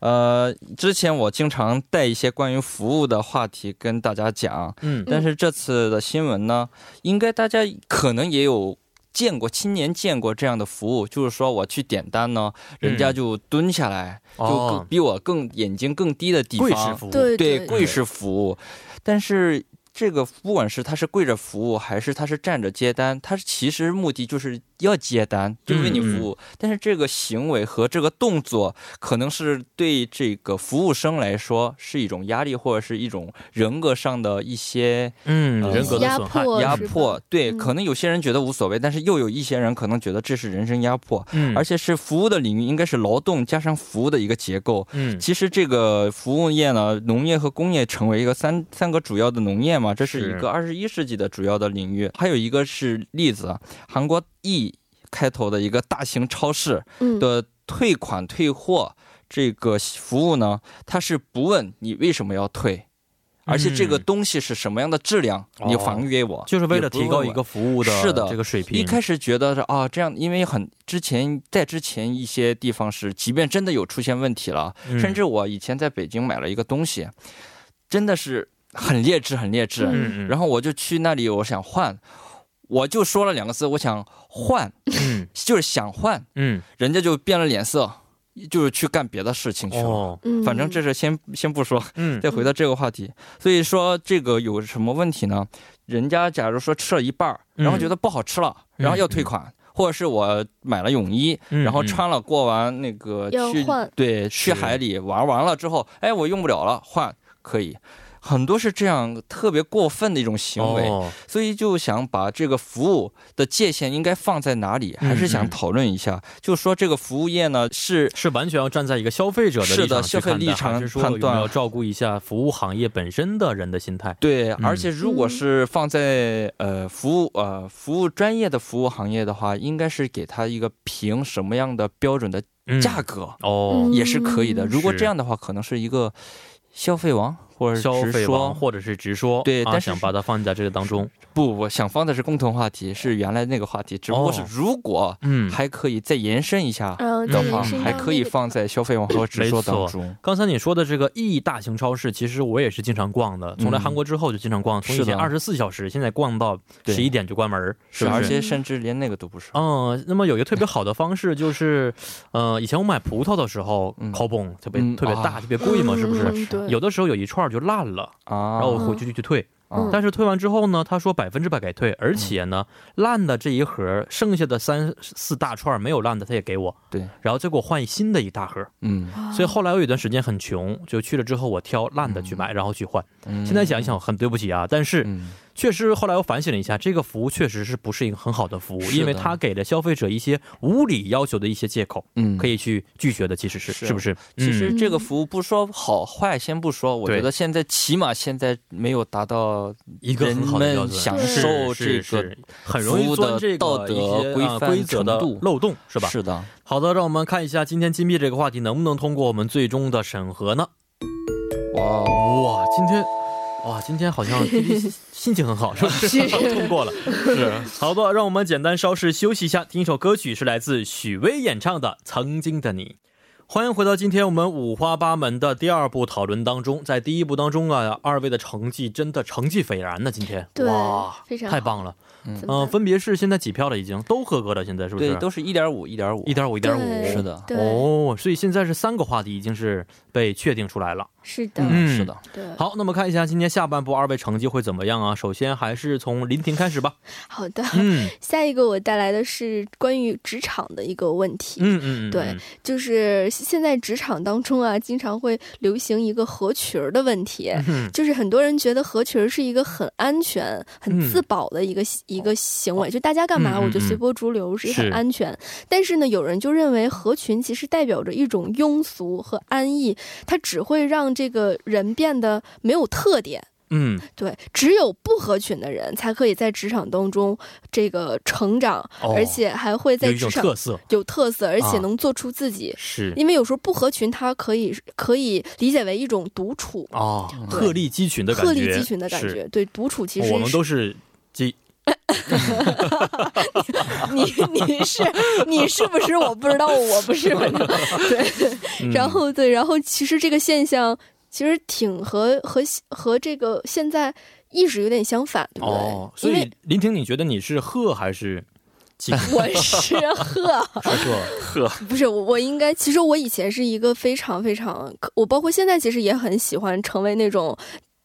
[SPEAKER 3] 呃，之前我经常带一些关于服务的话题跟大家讲，
[SPEAKER 1] 嗯
[SPEAKER 3] 但是这次的新闻呢，应该大家可能也有。见过亲眼见过这样的服务，就是说我去点单呢，人家就蹲下来，就更
[SPEAKER 1] 嗯哦，
[SPEAKER 3] 比我更眼睛更低的地方，
[SPEAKER 1] 贵式服务，
[SPEAKER 2] 对
[SPEAKER 3] 对
[SPEAKER 2] 对
[SPEAKER 3] 跪式服务，但是这个不管是他是跪着服务，还是他是站着接单，他其实目的就是要接单，就是为你服务。但是这个行为和这个动作，可能是对这个服务生来说是一种压力，或者是一种人格上的一些
[SPEAKER 1] 嗯，
[SPEAKER 3] 呃
[SPEAKER 1] 人格的
[SPEAKER 2] 压
[SPEAKER 1] 损害，
[SPEAKER 2] 迫
[SPEAKER 3] 压
[SPEAKER 2] 是吧
[SPEAKER 3] 迫。对，
[SPEAKER 2] 嗯
[SPEAKER 3] 可能有些人觉得无所谓，但是又有一些人可能觉得这是人身压迫，
[SPEAKER 1] 嗯，
[SPEAKER 3] 而且是服务的领域应该是劳动加上服务的一个结构。
[SPEAKER 1] 嗯，
[SPEAKER 3] 其实这个服务业呢，农业和工业成为一个三三个主要的农业嘛，这是
[SPEAKER 1] 是
[SPEAKER 3] 一个二十一世纪的主要的领域。还有一个是例子，啊韩国 E 开头的一个大型超市
[SPEAKER 2] 嗯，
[SPEAKER 3] 的退款退货这个服务呢，它是不问你为什么要退，而且这个东西是什么样的质量，
[SPEAKER 1] 嗯哦
[SPEAKER 3] 你还给我，
[SPEAKER 1] 就是为了
[SPEAKER 3] 也不
[SPEAKER 1] 提
[SPEAKER 3] 问
[SPEAKER 1] 高
[SPEAKER 3] 我
[SPEAKER 1] 一个服务
[SPEAKER 3] 是的
[SPEAKER 1] 这个水平。
[SPEAKER 3] 一开始觉得是啊，这样，因为很之前在之前一些地方是，即便真的有出现问题了，
[SPEAKER 1] 嗯
[SPEAKER 3] 甚至我以前在北京买了一个东西，真的是很劣质，很劣质。
[SPEAKER 2] 嗯
[SPEAKER 1] 嗯，
[SPEAKER 3] 然
[SPEAKER 1] 后
[SPEAKER 3] 后我就去那里，我想换，我就说了两个字，我想换，
[SPEAKER 1] 嗯
[SPEAKER 3] 就是想换，
[SPEAKER 1] 嗯，
[SPEAKER 3] 人家就变了脸色，就是去干别的事情去了。
[SPEAKER 1] 哦，
[SPEAKER 2] 嗯
[SPEAKER 3] 反正这是先先不说，
[SPEAKER 1] 嗯，
[SPEAKER 3] 再回到这个话题，所以说这个有什么问题呢？人家假如说吃了一半儿，
[SPEAKER 1] 嗯
[SPEAKER 3] 然后觉得不好吃了，
[SPEAKER 1] 嗯
[SPEAKER 3] 然后要退款，或者是我买了泳衣，
[SPEAKER 1] 嗯
[SPEAKER 3] 然后穿了过完那个
[SPEAKER 2] 要
[SPEAKER 3] 去
[SPEAKER 2] 换
[SPEAKER 3] 对去
[SPEAKER 1] 是
[SPEAKER 3] 海里玩完了之后，哎，我用不了了，换可以。很多是这样特别过分的一种行为，
[SPEAKER 1] 哦
[SPEAKER 3] 所以就想把这个服务的界限应该放在哪里，还
[SPEAKER 1] 嗯
[SPEAKER 3] 是
[SPEAKER 1] 嗯
[SPEAKER 3] 想讨论一下。就说这个服务业呢是
[SPEAKER 1] 是完全要站在一个消费者的
[SPEAKER 3] 是
[SPEAKER 1] 立场
[SPEAKER 3] 的
[SPEAKER 1] 去
[SPEAKER 3] 消费
[SPEAKER 1] 看待
[SPEAKER 3] 立场
[SPEAKER 1] 还是说
[SPEAKER 3] 判
[SPEAKER 1] 有没
[SPEAKER 3] 断
[SPEAKER 1] 有照顾一下服务行业本身的人的心态？
[SPEAKER 3] 对，而
[SPEAKER 1] 嗯
[SPEAKER 3] 且如果是放在呃服务呃服务专业的服务行业的话，应该是给他一个评什么样的标准的
[SPEAKER 1] 嗯
[SPEAKER 3] 价格、
[SPEAKER 1] 哦，
[SPEAKER 3] 也是可以的。
[SPEAKER 2] 嗯
[SPEAKER 3] 如果
[SPEAKER 1] 是
[SPEAKER 3] 这样的话，可能是一个消费王或者
[SPEAKER 1] 消
[SPEAKER 3] 直
[SPEAKER 1] 费王
[SPEAKER 3] 说
[SPEAKER 1] 或者是直说，
[SPEAKER 3] 对
[SPEAKER 1] 啊、
[SPEAKER 3] 但是
[SPEAKER 1] 想把它放在这个当中，
[SPEAKER 3] 不，我想放的是共同话题，是原来那个话题，只不过是
[SPEAKER 1] 哦
[SPEAKER 3] 如果
[SPEAKER 1] 嗯。
[SPEAKER 3] 还可以再延伸一下
[SPEAKER 2] 嗯，
[SPEAKER 3] 的
[SPEAKER 2] 再
[SPEAKER 3] 话，
[SPEAKER 2] 延伸
[SPEAKER 3] 还
[SPEAKER 2] 到
[SPEAKER 3] 可以
[SPEAKER 2] 那个
[SPEAKER 3] 放在消费王和直
[SPEAKER 1] 没
[SPEAKER 3] 说当
[SPEAKER 1] 错
[SPEAKER 3] 中。
[SPEAKER 1] 刚才你说的这个 E 大型超市，其实我也是经常逛的。从来
[SPEAKER 3] 嗯
[SPEAKER 1] 韩国之后就经常逛，从以
[SPEAKER 3] 是
[SPEAKER 1] 前
[SPEAKER 3] 的
[SPEAKER 1] 二十四小时，现在逛到
[SPEAKER 3] 对
[SPEAKER 1] 十一点就关门儿，是
[SPEAKER 3] 是，
[SPEAKER 1] 不
[SPEAKER 3] 而
[SPEAKER 1] 是？
[SPEAKER 3] 且甚至连那个都不是。
[SPEAKER 1] 嗯，那么有一个特别好的方式就是，呃，以前我买葡萄的时候，
[SPEAKER 3] 嗯
[SPEAKER 1] 口泵特别、
[SPEAKER 3] 嗯
[SPEAKER 1] 特别大，
[SPEAKER 3] 啊
[SPEAKER 1] 特别贵嘛，是不
[SPEAKER 2] 嗯嗯
[SPEAKER 1] 是？
[SPEAKER 2] 嗯对，
[SPEAKER 1] 有的时候有一串就烂了，
[SPEAKER 3] 啊，
[SPEAKER 1] 然后我回去就去退，
[SPEAKER 3] 啊
[SPEAKER 1] 但是退完之后呢，他说百分之百给退，而且呢，
[SPEAKER 3] 嗯
[SPEAKER 1] 烂的这一盒，剩下的三四大串没有烂的，他也给我。
[SPEAKER 3] 对，
[SPEAKER 1] 然后再给我换新的一大盒。
[SPEAKER 3] 嗯，
[SPEAKER 2] 啊
[SPEAKER 1] 所以后来我有一段时间很穷，就去了之后我挑烂的去买，然后去换。
[SPEAKER 3] 嗯
[SPEAKER 1] 现在想一，想很对不起啊，但是
[SPEAKER 3] 嗯，
[SPEAKER 1] 确实，后来我反省了一下，这个服务确实是不是一个很好的服务，
[SPEAKER 3] 是的
[SPEAKER 1] 因为它给了消费者一些无理要求的一些借口，
[SPEAKER 3] 嗯，
[SPEAKER 1] 可以
[SPEAKER 3] 以。
[SPEAKER 1] 去拒绝的，其实是
[SPEAKER 3] 是
[SPEAKER 1] 是不是？
[SPEAKER 3] 其实
[SPEAKER 2] 嗯
[SPEAKER 3] 这个服务不说好坏，先不说，我
[SPEAKER 1] 对
[SPEAKER 3] 觉得现在起码现在没有达到
[SPEAKER 1] 嗯一个很好的标
[SPEAKER 3] 人
[SPEAKER 1] 准，
[SPEAKER 3] 们享
[SPEAKER 1] 是
[SPEAKER 3] 受
[SPEAKER 1] 是
[SPEAKER 3] 这个
[SPEAKER 1] 是很容易
[SPEAKER 3] 服务
[SPEAKER 1] 钻
[SPEAKER 3] 的
[SPEAKER 1] 这
[SPEAKER 3] 道
[SPEAKER 1] 个
[SPEAKER 3] 德
[SPEAKER 1] 一些
[SPEAKER 3] 规
[SPEAKER 1] 啊
[SPEAKER 3] 范
[SPEAKER 1] 规则的
[SPEAKER 3] 程度
[SPEAKER 1] 漏洞，是吧？
[SPEAKER 3] 是的，
[SPEAKER 1] 好的，让我们看一下今天金币这个话题能不能通过我们最终的审核呢？
[SPEAKER 3] 哇哦。
[SPEAKER 1] 哇，今天。哇，今天好像心情很 好，是吧？
[SPEAKER 2] 是
[SPEAKER 1] 通过了，是好的，让我们简单稍事休息一下，听一首歌曲，是来自许巍演唱的《曾经的你》。欢迎回到今天我们五花八门的第二部讨论当中，在第一部当中啊，二位的成绩真的成绩斐然呢，今天
[SPEAKER 2] 对
[SPEAKER 1] 哇，
[SPEAKER 2] 非常好
[SPEAKER 1] 太棒了，
[SPEAKER 3] 嗯
[SPEAKER 1] 嗯、
[SPEAKER 2] 怎么办
[SPEAKER 1] 分别是现在几票了，已经都合格了，现在是不是？
[SPEAKER 3] 对，都是一点五，一点五，
[SPEAKER 1] 一点五，一点五，
[SPEAKER 2] 对
[SPEAKER 3] 是的，
[SPEAKER 2] 对，
[SPEAKER 1] 哦，所以现在是三个话题已经是被确定出来了。
[SPEAKER 2] 是的，
[SPEAKER 1] 嗯
[SPEAKER 3] 是的，
[SPEAKER 2] 对。
[SPEAKER 1] 好，那么看一下今天下半部二位成绩会怎么样啊？首先还是从林婷开始 吧。
[SPEAKER 2] 好的，
[SPEAKER 1] 嗯
[SPEAKER 2] 下一个我带来的是关于职场的一个问题。
[SPEAKER 1] 嗯嗯，嗯
[SPEAKER 2] 对，就是现在职场当中啊，经常会流行一个合群儿的问题。
[SPEAKER 1] 嗯
[SPEAKER 2] 就是很多人觉得合群儿是一个很安全、很自保的一个、一个行为，就大家干嘛
[SPEAKER 1] 嗯嗯嗯
[SPEAKER 2] 我就随波逐流，是
[SPEAKER 1] 是
[SPEAKER 2] 很安全。但是呢，有人就认为合群其实代表着一种庸俗和安逸，它只会让这个人变得没有特点。
[SPEAKER 1] 嗯，
[SPEAKER 2] 对，只有不合群的人才可以在职场当中这个成长，
[SPEAKER 1] 哦
[SPEAKER 2] 而且还会 在
[SPEAKER 1] 有一
[SPEAKER 2] 职
[SPEAKER 1] 种
[SPEAKER 2] 场
[SPEAKER 1] 特色
[SPEAKER 2] 有特色，而
[SPEAKER 1] 啊
[SPEAKER 2] 且能做出自己。
[SPEAKER 1] 是
[SPEAKER 2] 因为有时候不合群，它可以可以理解为一种独处，
[SPEAKER 1] 哦，
[SPEAKER 2] 对
[SPEAKER 1] 鹤立鸡群的感觉，
[SPEAKER 2] 鹤立鸡群的感
[SPEAKER 1] 是。哦
[SPEAKER 2] 觉。对，独处其实
[SPEAKER 1] 我们都是鸡，
[SPEAKER 2] 是你你是你是不是？我不知道，我不 是。对，
[SPEAKER 1] 嗯
[SPEAKER 2] 然后对，然后其实这个现象其实挺和和和这个现在意识有点相反，对不对？
[SPEAKER 1] 哦，所
[SPEAKER 2] 因为
[SPEAKER 1] 以林婷，你觉得你是鹤还是鸡？
[SPEAKER 2] 我 是鹤。
[SPEAKER 1] 是鹤，
[SPEAKER 2] 不是我，我应该其实我以前是一个非常非常，我包括现在其实也很喜欢成为那种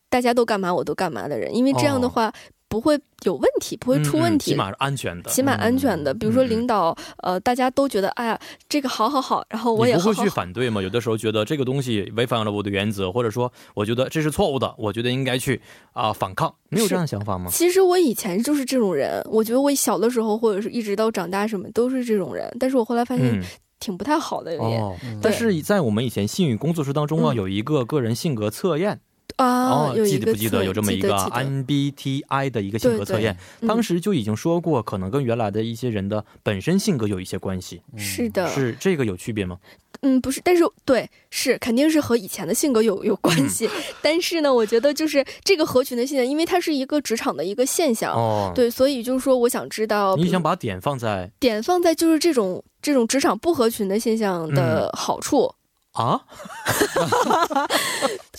[SPEAKER 2] 大家都干嘛我都干嘛的人，因为这样的
[SPEAKER 1] 哦
[SPEAKER 2] 话不会有问题， 不会出
[SPEAKER 1] 嗯嗯
[SPEAKER 2] 问题。
[SPEAKER 1] 起码是安全的。嗯
[SPEAKER 2] 起码安全的，比如说领导，呃，大家都觉得，哎呀，这个好好好，然后我
[SPEAKER 1] 你
[SPEAKER 2] 也
[SPEAKER 1] 不
[SPEAKER 2] 好
[SPEAKER 1] 会
[SPEAKER 2] 好
[SPEAKER 1] 去
[SPEAKER 2] 好，
[SPEAKER 1] 反对吗？有的时候觉得这个东西违反了我的原则，或者说我觉得这是错误的，我觉得应该去啊、反抗，没有这样的想法 吗？
[SPEAKER 2] 其实我以前就是这种人，我觉得我小的时候或者是一直到长大什么都是这种人，但是我后来发现
[SPEAKER 1] 嗯，
[SPEAKER 2] 挺不太好的，有点、
[SPEAKER 1] 哦，
[SPEAKER 3] 嗯
[SPEAKER 1] 但是在我们以前信与工作室当中啊，
[SPEAKER 2] 嗯
[SPEAKER 1] 有一个个人性格测验，
[SPEAKER 2] 啊，有
[SPEAKER 1] 哦记
[SPEAKER 2] 一
[SPEAKER 1] 得
[SPEAKER 2] 个
[SPEAKER 1] 不记得
[SPEAKER 2] 词
[SPEAKER 1] 有这么一
[SPEAKER 2] 记得
[SPEAKER 1] 个
[SPEAKER 2] 记得
[SPEAKER 1] MBTI 的一个性格测验？
[SPEAKER 2] 对对嗯
[SPEAKER 1] 当时就已经说过，可能跟原来的一些人的本身性格有一些关系，
[SPEAKER 2] 嗯是的，
[SPEAKER 1] 嗯是这个有区别吗？
[SPEAKER 2] 嗯，不是，但是对，是肯定是和以前的性格有有关系。
[SPEAKER 1] 嗯
[SPEAKER 2] 但是呢，我觉得就是这个合群的现象，因为它是一个职场的一个现象，
[SPEAKER 1] 哦，，
[SPEAKER 2] 对，所以就是说，我想知道，
[SPEAKER 1] 你
[SPEAKER 2] 比
[SPEAKER 1] 想
[SPEAKER 2] 如
[SPEAKER 1] 把点放在
[SPEAKER 2] 点放在就是这种这种职场不合群的现象的
[SPEAKER 1] 嗯
[SPEAKER 2] 好处。
[SPEAKER 1] 啊？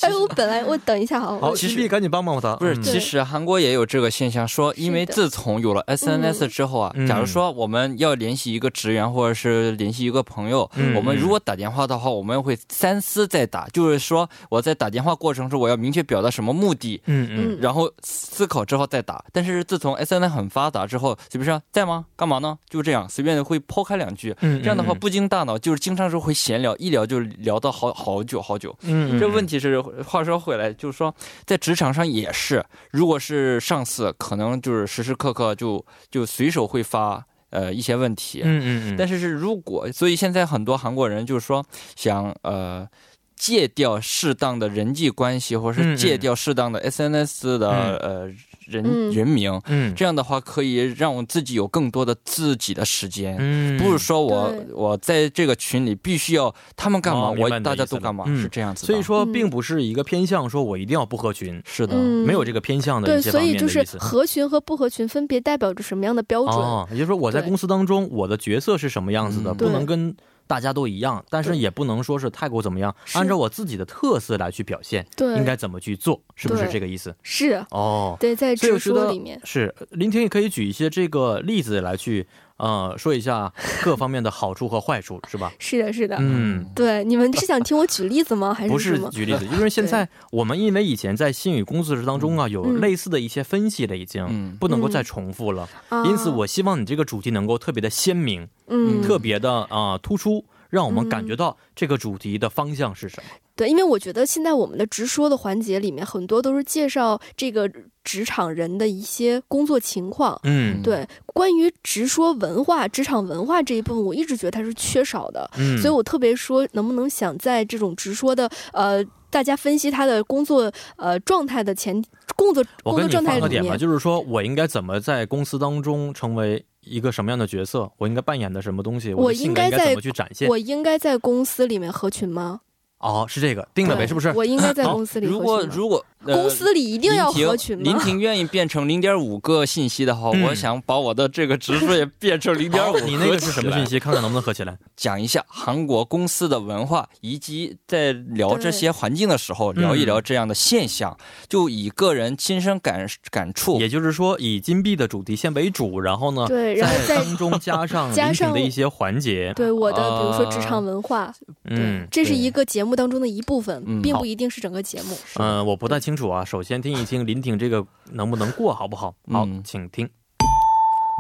[SPEAKER 2] 哎，我本来我等一下啊，
[SPEAKER 1] 好，
[SPEAKER 2] 我
[SPEAKER 1] 金币赶紧帮帮他，
[SPEAKER 3] 不是，
[SPEAKER 1] 嗯
[SPEAKER 2] 对
[SPEAKER 3] 其实韩国也有这个现象，说因为
[SPEAKER 2] 是的
[SPEAKER 3] 自从有了 SNS 之后啊
[SPEAKER 1] 嗯，
[SPEAKER 3] 假如说我们要联系一个职员或者是联系一个朋友
[SPEAKER 1] 嗯，
[SPEAKER 3] 我们如果打电话的话，我们会三思再打，就是说我在打电话过程中，我要明确表达什么目的，
[SPEAKER 1] 嗯嗯，
[SPEAKER 3] 然后思考之后再打。但是自从 SNS 很发达之后，随便说啊在吗？干嘛呢？就这样，随便会抛开两句。
[SPEAKER 1] 嗯
[SPEAKER 3] 这样的话
[SPEAKER 1] 嗯
[SPEAKER 3] 不经大脑，就是经常是会闲聊，一聊就聊到好好久好久。
[SPEAKER 1] 嗯，
[SPEAKER 3] 这问
[SPEAKER 1] 题
[SPEAKER 3] 题是，话说回来，就是说，在职场上也是，如果是上司，可能就是时时刻刻就就随手会发呃一些问题，
[SPEAKER 1] 嗯嗯嗯，
[SPEAKER 3] 但是是如果，所以现在很多韩国人就是说想呃戒掉适当的人际关系，或者
[SPEAKER 1] 嗯嗯
[SPEAKER 3] 是戒掉适当的 SNS 的、呃人、
[SPEAKER 2] 嗯
[SPEAKER 3] 人名，
[SPEAKER 1] 嗯
[SPEAKER 3] 这样的话可以让我自己有更多的自己的时间。
[SPEAKER 1] 嗯，
[SPEAKER 3] 不是说我
[SPEAKER 2] 对
[SPEAKER 3] 我在这个群里必须要他们干嘛，
[SPEAKER 1] 哦明白
[SPEAKER 3] 我
[SPEAKER 1] 你的
[SPEAKER 3] 大家
[SPEAKER 1] 意思
[SPEAKER 3] 都
[SPEAKER 1] 了
[SPEAKER 3] 干嘛，
[SPEAKER 1] 嗯
[SPEAKER 3] 是这样子的。
[SPEAKER 1] 所以说，
[SPEAKER 2] 嗯
[SPEAKER 1] 并不是一个偏向，说我一定要不合群，
[SPEAKER 3] 是的，
[SPEAKER 2] 嗯，
[SPEAKER 1] 没有这个偏向的
[SPEAKER 2] 对，
[SPEAKER 1] 一些
[SPEAKER 2] 所
[SPEAKER 1] 方
[SPEAKER 2] 以
[SPEAKER 1] 面的
[SPEAKER 2] 就
[SPEAKER 1] 意
[SPEAKER 2] 是
[SPEAKER 1] 思。
[SPEAKER 2] 合群和不合群分别代表着什么样的标准？
[SPEAKER 1] 哦，也就是说，我在
[SPEAKER 2] 对
[SPEAKER 1] 公司当中，我的角色是什么样子的，
[SPEAKER 3] 嗯
[SPEAKER 1] 不能跟大家都一样，但是也不能说是太过怎么样，
[SPEAKER 2] 是
[SPEAKER 1] 按照我自己的特色来去表现，
[SPEAKER 2] 对，
[SPEAKER 1] 应该怎么去做，是不是
[SPEAKER 2] 对
[SPEAKER 1] 这个意思？
[SPEAKER 2] 是
[SPEAKER 1] 哦，
[SPEAKER 2] 对，在
[SPEAKER 1] 所以
[SPEAKER 2] 直
[SPEAKER 1] 我觉得
[SPEAKER 2] 说里面，
[SPEAKER 1] 是林婷也可以举一些这个例子来去，呃，说一下各方面的好处和坏处，是吧？
[SPEAKER 2] 是的，是的，
[SPEAKER 1] 嗯。
[SPEAKER 2] 对，你们是想听我举例子 吗？还
[SPEAKER 1] 不
[SPEAKER 2] 什
[SPEAKER 1] 是
[SPEAKER 2] 么？
[SPEAKER 1] 举例子，因为现 在我们因为以前在新语工作室当中啊，有
[SPEAKER 2] 嗯
[SPEAKER 1] 类似的一些分析了，已经、
[SPEAKER 3] 嗯
[SPEAKER 1] 不能够再重复了。因此，
[SPEAKER 2] 啊
[SPEAKER 1] 我希望你这个主题能够特别的鲜明，
[SPEAKER 2] 嗯
[SPEAKER 1] 特别的啊、突出，让我们感觉到这个主题的方向是什么。
[SPEAKER 2] 对，因为我觉得现在我们的直说的环节里面，很多都是介绍这个职场人的一些工作情况。
[SPEAKER 1] 嗯
[SPEAKER 2] 对，关于直说文化、职场文化这一部分，我一直觉得它是缺少的，
[SPEAKER 1] 嗯，
[SPEAKER 2] 所以我特别说，能不能想在这种直说的呃，大家分析他的工作呃状态的前工作
[SPEAKER 1] 我
[SPEAKER 2] 工
[SPEAKER 1] 跟
[SPEAKER 2] 作
[SPEAKER 1] 你
[SPEAKER 2] 状态
[SPEAKER 1] 放个
[SPEAKER 2] 里
[SPEAKER 1] 点吧，
[SPEAKER 2] 面，
[SPEAKER 1] 就是说我应该怎么在公司当中成为一个什么样的角色，我应该扮演的什么东西，
[SPEAKER 2] 我
[SPEAKER 1] 的性
[SPEAKER 2] 应
[SPEAKER 1] 格应
[SPEAKER 2] 该
[SPEAKER 1] 该怎
[SPEAKER 2] 在
[SPEAKER 1] 么去展现。
[SPEAKER 2] 我应该在公司里面合群吗？
[SPEAKER 1] 哦，是这个定了呗，
[SPEAKER 2] 对
[SPEAKER 1] 是不是？
[SPEAKER 2] 我应该在
[SPEAKER 1] 好
[SPEAKER 2] 公司里合
[SPEAKER 3] 如
[SPEAKER 2] 群
[SPEAKER 3] 果
[SPEAKER 2] 吗
[SPEAKER 3] 如果、呃、
[SPEAKER 2] 公司里一定要合群
[SPEAKER 3] 林婷，
[SPEAKER 2] 吗
[SPEAKER 3] 林？婷愿意变成零点五个信息的话，
[SPEAKER 1] 嗯
[SPEAKER 3] 我想把我的这个职数也变成零点
[SPEAKER 1] 好
[SPEAKER 3] 五。
[SPEAKER 1] 你那个是什么信？息？看看能不能合起来。
[SPEAKER 3] 讲一下韩国公司的文化，以及在聊
[SPEAKER 2] 对
[SPEAKER 3] 这些环境的时候，
[SPEAKER 1] 嗯
[SPEAKER 3] 聊一聊这样的现象，
[SPEAKER 2] 嗯
[SPEAKER 3] 就以个人亲身感感触。
[SPEAKER 1] 也就是说，以金币的主题线为主，然后呢，
[SPEAKER 2] 对，然后
[SPEAKER 1] 在
[SPEAKER 2] 再
[SPEAKER 1] 当中加上
[SPEAKER 2] 加
[SPEAKER 1] 林挺
[SPEAKER 2] 上
[SPEAKER 1] 的一些环节。
[SPEAKER 2] 对我的比如说职
[SPEAKER 3] 啊
[SPEAKER 2] 场文化，
[SPEAKER 1] 嗯
[SPEAKER 2] 对，，这是
[SPEAKER 3] 对
[SPEAKER 2] 一个节目当中的一部分，
[SPEAKER 3] 嗯
[SPEAKER 2] 并
[SPEAKER 1] 好
[SPEAKER 2] 不一定是整个节目。
[SPEAKER 1] 嗯、我不太清楚啊。首先听一听林挺这个能不能过，好不好？好，
[SPEAKER 3] 嗯
[SPEAKER 1] 请听。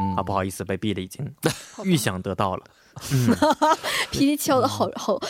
[SPEAKER 3] 嗯
[SPEAKER 1] 啊，不好意思，被毙了，已经
[SPEAKER 2] 好吧
[SPEAKER 1] 预想得到了。
[SPEAKER 2] 脾气敲的好好好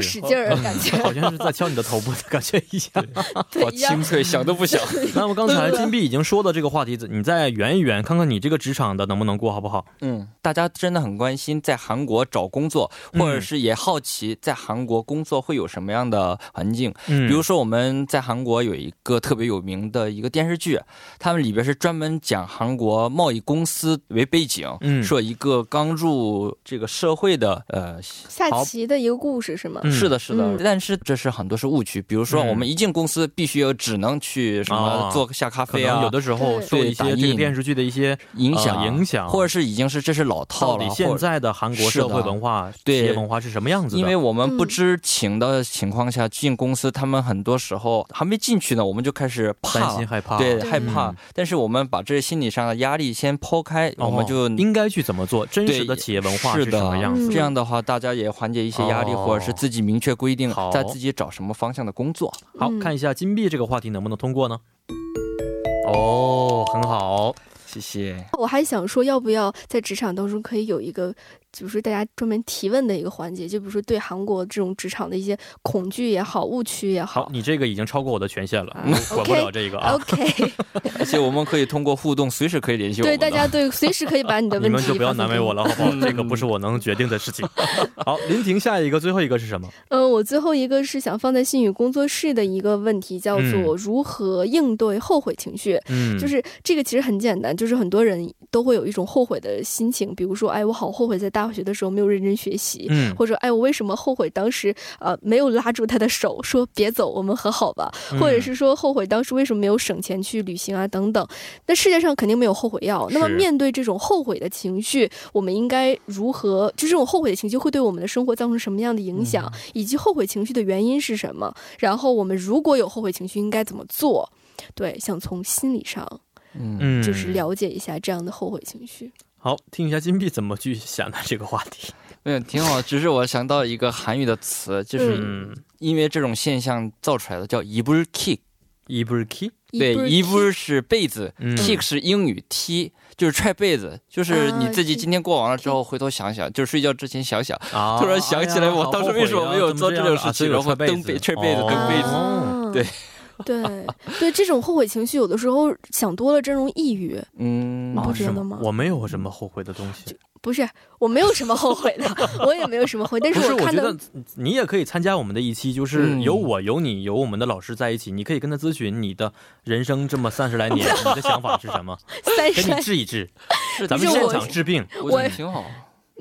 [SPEAKER 1] 是
[SPEAKER 2] 使劲儿啊，感觉
[SPEAKER 1] 好 像是在敲你的头部的感觉一 样。
[SPEAKER 2] 对
[SPEAKER 3] 好
[SPEAKER 2] 一样
[SPEAKER 3] 清脆，想都不 想。
[SPEAKER 1] 那么刚才金币已经说到这个话题，你再圆一圆，看看你这个职场的能不能过，好不好？
[SPEAKER 3] 嗯，大家真的很关心在韩国找工作，或者
[SPEAKER 1] 嗯
[SPEAKER 3] 是也好奇在韩国工作会有什么样的环境。
[SPEAKER 1] 嗯
[SPEAKER 3] 比如说我们在韩国有一个特别有名的一个电视剧，他们里边是专门讲韩国贸易公司为背景，
[SPEAKER 1] 嗯
[SPEAKER 3] 说一个刚入这个社会的呃。
[SPEAKER 2] 下
[SPEAKER 3] 好
[SPEAKER 2] 棋的一个故事是吗？
[SPEAKER 1] 嗯
[SPEAKER 3] 是的，是的，
[SPEAKER 2] 嗯
[SPEAKER 3] 但是这是很多是误区。比如说，
[SPEAKER 1] 嗯
[SPEAKER 3] 我们一进公司必须要只能去什
[SPEAKER 1] 哦
[SPEAKER 3] 么做下咖
[SPEAKER 1] 可
[SPEAKER 3] 啡
[SPEAKER 1] 能
[SPEAKER 3] 啊，
[SPEAKER 1] 有的时候
[SPEAKER 2] 对
[SPEAKER 1] 受一些
[SPEAKER 3] 对
[SPEAKER 1] 这
[SPEAKER 3] 打
[SPEAKER 1] 个
[SPEAKER 3] 印
[SPEAKER 1] 电视剧的一些
[SPEAKER 3] 影响、
[SPEAKER 1] 呃影响
[SPEAKER 3] 或者是已经是这是老套
[SPEAKER 1] 到
[SPEAKER 3] 了。
[SPEAKER 1] 底
[SPEAKER 3] 或
[SPEAKER 1] 现
[SPEAKER 3] 者
[SPEAKER 1] 在的韩国社会文化、企
[SPEAKER 3] 对
[SPEAKER 1] 业文化是什么样子的？
[SPEAKER 3] 因为我们不
[SPEAKER 2] 嗯
[SPEAKER 3] 知情的情况下进公司，他们很多时候还没进去呢，我们就开始怕
[SPEAKER 1] 担
[SPEAKER 3] 了
[SPEAKER 1] 心害怕，
[SPEAKER 3] 对，
[SPEAKER 2] 对
[SPEAKER 3] 害怕
[SPEAKER 1] 嗯。
[SPEAKER 3] 但是我们把这心理上的压力先抛开，
[SPEAKER 1] 哦，
[SPEAKER 3] 我们就
[SPEAKER 1] 应该去怎么做？真实的企业文化
[SPEAKER 3] 是
[SPEAKER 1] 什么样子？
[SPEAKER 2] 嗯
[SPEAKER 3] 这样的话，大家也缓解一些压力，
[SPEAKER 1] 哦
[SPEAKER 3] 或者是自己明确规定
[SPEAKER 1] 好，
[SPEAKER 3] 在自己找什么方向的工作。
[SPEAKER 1] 好
[SPEAKER 2] 嗯
[SPEAKER 1] 看一下金币这个话题能不能通过呢？哦，很好，
[SPEAKER 3] 谢谢。
[SPEAKER 2] 我还想说，要不要在职场当中可以有一个，就是大家专门提问的一个环节，就比如说对韩国这种职场的一些恐惧也好、误区也
[SPEAKER 1] 好
[SPEAKER 2] 好。，
[SPEAKER 1] 你这个已经超过我的权限了，
[SPEAKER 3] 嗯
[SPEAKER 2] 啊
[SPEAKER 1] 我 管不
[SPEAKER 2] OK
[SPEAKER 1] 了这个啊。
[SPEAKER 2] OK，
[SPEAKER 3] 而且我们可以通过互动，随时可以联系我
[SPEAKER 2] 对
[SPEAKER 3] 们的。
[SPEAKER 2] 大家对随时可以把你的
[SPEAKER 1] 你
[SPEAKER 2] 问题
[SPEAKER 1] 们就不要
[SPEAKER 2] 发送
[SPEAKER 1] 难
[SPEAKER 2] 给
[SPEAKER 1] 为我。了，好不好？
[SPEAKER 3] 嗯
[SPEAKER 1] 这个不是我能决定的事 情。好，林婷，下一个，最后一个是什么？
[SPEAKER 2] 嗯，我最后一个是想放在信宇工作室的一个问题，叫做
[SPEAKER 1] 嗯
[SPEAKER 2] 如何应对后悔情绪。
[SPEAKER 1] 嗯，
[SPEAKER 2] 就是这个其实很简单，就是很多人都会有一种后悔的心情，比如说，哎，我好后悔在大学的时候没有认真学习，
[SPEAKER 1] 嗯，
[SPEAKER 2] 或者哎，我为什么后悔当时呃没有拉住他的手，说别走，我们和好吧，
[SPEAKER 1] 嗯
[SPEAKER 2] 或者是说后悔当时为什么没有省钱去旅行啊等等。那世界上肯定没有后悔药，那么
[SPEAKER 1] 是
[SPEAKER 2] 面对这种后悔的情绪，我们应该如何？就这种后悔的情绪会对我们的生活造成什么样的影响，以及后悔情绪的原因是什么？然后我们如果有后悔情绪，应该怎么做？对，想从心理上
[SPEAKER 3] 嗯，
[SPEAKER 1] 嗯，
[SPEAKER 2] 就是了解一下这样的后悔情绪。
[SPEAKER 1] 好，听一下金币怎么去想待这个话题。
[SPEAKER 3] 嗯，挺好。只是我想到一个韩语的词，就是
[SPEAKER 1] 嗯，
[SPEAKER 3] 因为这种现象造出来的，叫 e b u k i k
[SPEAKER 1] 伊布尔 key，
[SPEAKER 3] 对
[SPEAKER 2] 不是
[SPEAKER 3] e b u 是被子
[SPEAKER 1] 嗯
[SPEAKER 3] ，kick 是英语踢，就是踹被子，就是你
[SPEAKER 2] 啊
[SPEAKER 3] 自己
[SPEAKER 2] 踢
[SPEAKER 3] 今天过完了之后，回头想想，就是睡觉之前想想，
[SPEAKER 1] 啊
[SPEAKER 3] 突然想起来我当时为什么没有做这种事情然后蹬被
[SPEAKER 1] 被
[SPEAKER 3] 踹被子蹬被子
[SPEAKER 1] 哦，
[SPEAKER 2] 啊
[SPEAKER 3] 对
[SPEAKER 2] 对对，这种后悔情绪有的时候想多了真容易抑郁。
[SPEAKER 3] 嗯，
[SPEAKER 2] 不
[SPEAKER 1] 哦是
[SPEAKER 2] 觉得吗
[SPEAKER 1] 我没有什么后悔的东西，
[SPEAKER 2] 不是，我没有什么后悔的，我也没有什么后悔，但
[SPEAKER 1] 不是，我
[SPEAKER 2] 看
[SPEAKER 1] 觉
[SPEAKER 2] 到
[SPEAKER 1] 得你也可以参加我们的一期，就是
[SPEAKER 3] 嗯
[SPEAKER 1] 有我、有你、有我们的老师在一起，你可以跟他咨询你的人生这么三十来年，你的想法是 什么，
[SPEAKER 2] 三
[SPEAKER 1] 给
[SPEAKER 2] 十
[SPEAKER 1] 你
[SPEAKER 2] 来，
[SPEAKER 1] 治一治，
[SPEAKER 3] 是
[SPEAKER 1] 咱们
[SPEAKER 2] 就是
[SPEAKER 1] 现
[SPEAKER 2] 我
[SPEAKER 1] 场治病。
[SPEAKER 3] 我觉
[SPEAKER 2] 我
[SPEAKER 3] 得挺好。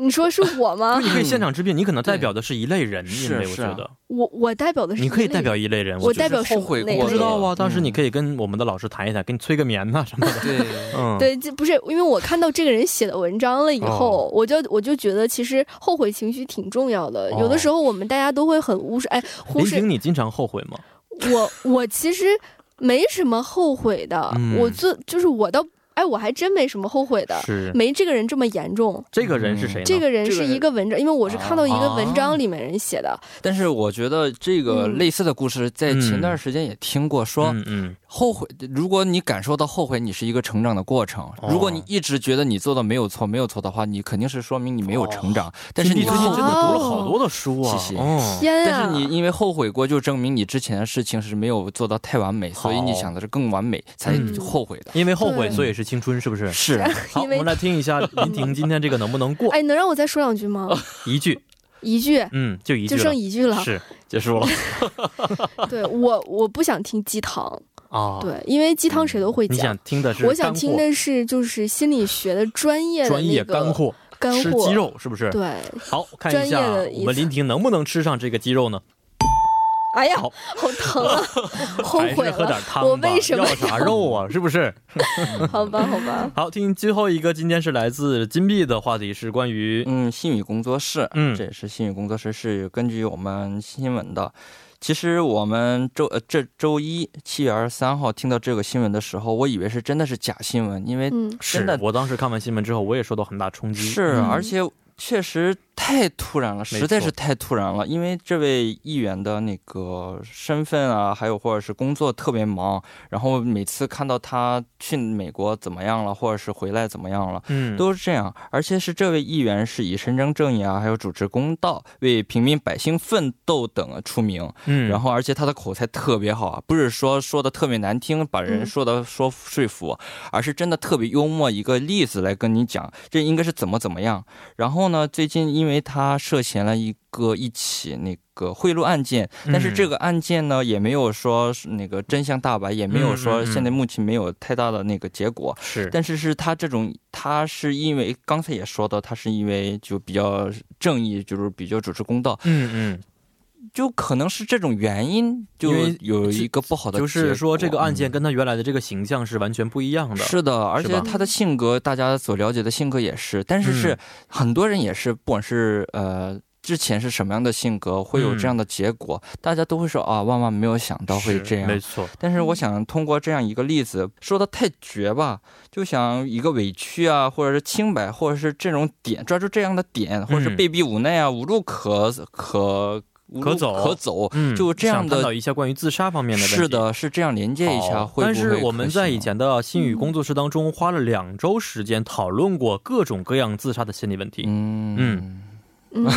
[SPEAKER 2] 你说是我吗
[SPEAKER 1] 对，？你可以现场治病，你可能代表的是一类人，
[SPEAKER 3] 是
[SPEAKER 1] 因为我
[SPEAKER 3] 是啊
[SPEAKER 1] 觉得
[SPEAKER 2] 我我代表的是
[SPEAKER 1] 你可以
[SPEAKER 2] 一类
[SPEAKER 1] 代表一类人，
[SPEAKER 2] 我
[SPEAKER 1] 觉得
[SPEAKER 2] 代表
[SPEAKER 3] 就是后悔
[SPEAKER 2] 哪
[SPEAKER 3] 过
[SPEAKER 1] 不
[SPEAKER 2] 类
[SPEAKER 1] 知道啊，
[SPEAKER 3] 嗯
[SPEAKER 1] 当时你可以跟我们的老师谈一谈，给你催个眠呐、什 么的。
[SPEAKER 3] 对，
[SPEAKER 1] 嗯，
[SPEAKER 2] 对，这不是因为我看到这个人写的文章了以
[SPEAKER 1] 哦
[SPEAKER 2] 后，我就我就觉得其实后悔情绪挺重要的。有
[SPEAKER 1] 哦
[SPEAKER 2] 的时候我们大家都会很忽视，哎，忽
[SPEAKER 1] 林
[SPEAKER 2] 视
[SPEAKER 1] 婷，你经常后悔吗？
[SPEAKER 2] 我我其实没什么后悔的，
[SPEAKER 1] 嗯
[SPEAKER 2] 我做就是我倒哎，我还真没什么后悔的，
[SPEAKER 1] 是，
[SPEAKER 2] 没这个人这么严重。
[SPEAKER 1] 这个人是谁呢？
[SPEAKER 2] 这个人
[SPEAKER 3] 这个
[SPEAKER 2] 是
[SPEAKER 3] 人
[SPEAKER 2] 一个文章，因为我是看到一个文
[SPEAKER 1] 啊
[SPEAKER 2] 章里面人写的，
[SPEAKER 3] 但是我觉得这个
[SPEAKER 2] 嗯
[SPEAKER 3] 类似的故事在前段时间也听过，说
[SPEAKER 1] 嗯嗯嗯，
[SPEAKER 3] 后悔，如果你感受到后悔，你是一个成长的过程。
[SPEAKER 1] 哦
[SPEAKER 3] 如果你一直觉得你做的没有错，没有错的话，你肯定是说明你没有成长。但是
[SPEAKER 1] 你
[SPEAKER 3] 你
[SPEAKER 1] 最
[SPEAKER 3] 最
[SPEAKER 1] 近
[SPEAKER 3] 近
[SPEAKER 1] 真
[SPEAKER 3] 真
[SPEAKER 1] 的
[SPEAKER 3] 的
[SPEAKER 1] 读
[SPEAKER 3] 读
[SPEAKER 1] 了
[SPEAKER 2] 哦
[SPEAKER 3] 了
[SPEAKER 1] 好
[SPEAKER 3] 好
[SPEAKER 1] 多
[SPEAKER 3] 多，
[SPEAKER 1] 的书啊，
[SPEAKER 3] 谢谢
[SPEAKER 1] 哦，
[SPEAKER 2] 天啊！
[SPEAKER 3] 但是你因为后悔过，就证明你之前的事情是没有做到太完美，所以你想的是更完美才
[SPEAKER 1] 嗯
[SPEAKER 3] 后悔的。
[SPEAKER 1] 因为后悔，
[SPEAKER 2] 对
[SPEAKER 1] 所以是青春，是不 是？
[SPEAKER 3] 是，
[SPEAKER 1] 好，我
[SPEAKER 2] 因为
[SPEAKER 1] 们来听一 下林婷今天这个能不能过
[SPEAKER 2] 哎，能让我再说两句吗？
[SPEAKER 1] 一句，
[SPEAKER 2] 一句，
[SPEAKER 1] 嗯，就一句
[SPEAKER 2] 就剩
[SPEAKER 1] 了，
[SPEAKER 2] 一句了。
[SPEAKER 1] 是
[SPEAKER 3] 结 束了。
[SPEAKER 2] 对我，我不想听鸡汤，
[SPEAKER 1] 啊，
[SPEAKER 2] 对，因为鸡汤谁都会
[SPEAKER 1] 你
[SPEAKER 2] 讲
[SPEAKER 1] 想。听的是
[SPEAKER 2] 我想听
[SPEAKER 1] 干
[SPEAKER 2] 的是就是心理学的专业
[SPEAKER 1] 货
[SPEAKER 2] 的
[SPEAKER 1] 专业
[SPEAKER 2] 那个
[SPEAKER 1] 干货，
[SPEAKER 2] 干
[SPEAKER 1] 吃
[SPEAKER 2] 货
[SPEAKER 1] 鸡肉是不是？
[SPEAKER 2] 对，
[SPEAKER 1] 好看一
[SPEAKER 2] 专业
[SPEAKER 1] 下
[SPEAKER 2] 的
[SPEAKER 1] 我们林婷能不能吃上这个鸡肉呢？
[SPEAKER 2] 哎呀，
[SPEAKER 1] 好
[SPEAKER 2] 好 疼啊，后
[SPEAKER 1] 还
[SPEAKER 2] 悔
[SPEAKER 1] 是喝
[SPEAKER 2] 了，
[SPEAKER 1] 点汤吧？
[SPEAKER 2] 我为什么
[SPEAKER 1] 要啥肉啊？是不 是？
[SPEAKER 2] 好吧，好吧，
[SPEAKER 1] 好，听最后一个，今天是来自金币的话题，是关于
[SPEAKER 3] 嗯，信宇工 作室，
[SPEAKER 1] 嗯
[SPEAKER 3] 这也是信宇工作室是根据我们新闻的。其实我们周呃这周一七月二十三号听到这个新闻的时候，我以为是真的是假新闻，因为
[SPEAKER 2] 嗯，
[SPEAKER 1] 是
[SPEAKER 3] 真的
[SPEAKER 1] 我当时看完新闻之后，我也受到很大冲击。
[SPEAKER 3] 是，
[SPEAKER 2] 嗯
[SPEAKER 3] 而且确实太突然了，
[SPEAKER 1] 错
[SPEAKER 3] 实在是太突然了。因为这位议员的那个身份啊，还有或者是工作特别忙，然后每次看到他去美国怎么样了，或者是回来怎么样了。
[SPEAKER 1] 嗯，
[SPEAKER 3] 都是这样，而且是这位议员是以伸张正义啊，还有主持公道、为平民百姓奋斗等啊出名。
[SPEAKER 1] 嗯，
[SPEAKER 3] 然后，而且他的口才特别好啊，不是说说的特别难听，把人
[SPEAKER 2] 嗯
[SPEAKER 3] 说的说说服，而是真的特别幽默。一个例子来跟你讲，这应该是怎么怎么样。然后呢，最近因为他涉嫌了一个一起那个贿赂案件，但是
[SPEAKER 1] 嗯
[SPEAKER 3] 这个案件呢，也没有说是那个真相大白，也没有
[SPEAKER 1] 嗯
[SPEAKER 3] 说
[SPEAKER 1] 嗯嗯
[SPEAKER 3] 现在目前没有太大的那个结果。
[SPEAKER 1] 是，
[SPEAKER 3] 但是是他这种，他是因为刚才也说到，他是因为就比较正义，就是比较主持公道，
[SPEAKER 1] 嗯
[SPEAKER 3] 就可能是这种原因，就
[SPEAKER 1] 因为
[SPEAKER 3] 有一个不好
[SPEAKER 1] 嗯，
[SPEAKER 3] 的结
[SPEAKER 1] 就
[SPEAKER 3] 果，
[SPEAKER 1] 是说这个案件
[SPEAKER 3] 嗯。
[SPEAKER 1] 跟他原来的这个形象是完全不一样的。
[SPEAKER 3] 是的，而且
[SPEAKER 1] 吧
[SPEAKER 3] 他的性格，大家所了解的性格也是，但是是
[SPEAKER 1] 嗯
[SPEAKER 3] 很多人也是，不管是呃之前是什么样的性格，会有这样的结果，大家都会说啊，万万没有想到
[SPEAKER 1] 嗯
[SPEAKER 3] 会
[SPEAKER 1] 是
[SPEAKER 3] 这样
[SPEAKER 1] 没。错，
[SPEAKER 3] 但是我想通过这样一个例子，说的太绝吧，就想一个委屈啊，或者是清白，或者是这种点，抓住这样的点，或者是
[SPEAKER 1] 嗯
[SPEAKER 3] 被逼无奈啊，无路可可无
[SPEAKER 1] 可
[SPEAKER 3] 路
[SPEAKER 1] 走
[SPEAKER 3] 可走，
[SPEAKER 1] 嗯，
[SPEAKER 3] 就这样
[SPEAKER 1] 想
[SPEAKER 3] 的
[SPEAKER 1] 探讨一下关于自杀方面的问题。
[SPEAKER 3] 是的，是这样连接一下
[SPEAKER 1] 好
[SPEAKER 3] 会不会
[SPEAKER 1] 但是我
[SPEAKER 3] 可
[SPEAKER 1] 们在
[SPEAKER 3] 行啊嗯
[SPEAKER 1] 以前的心语工作室当中花了两周时间讨论过各种各样自杀的心理问题。
[SPEAKER 3] 嗯
[SPEAKER 1] 嗯
[SPEAKER 2] 嗯，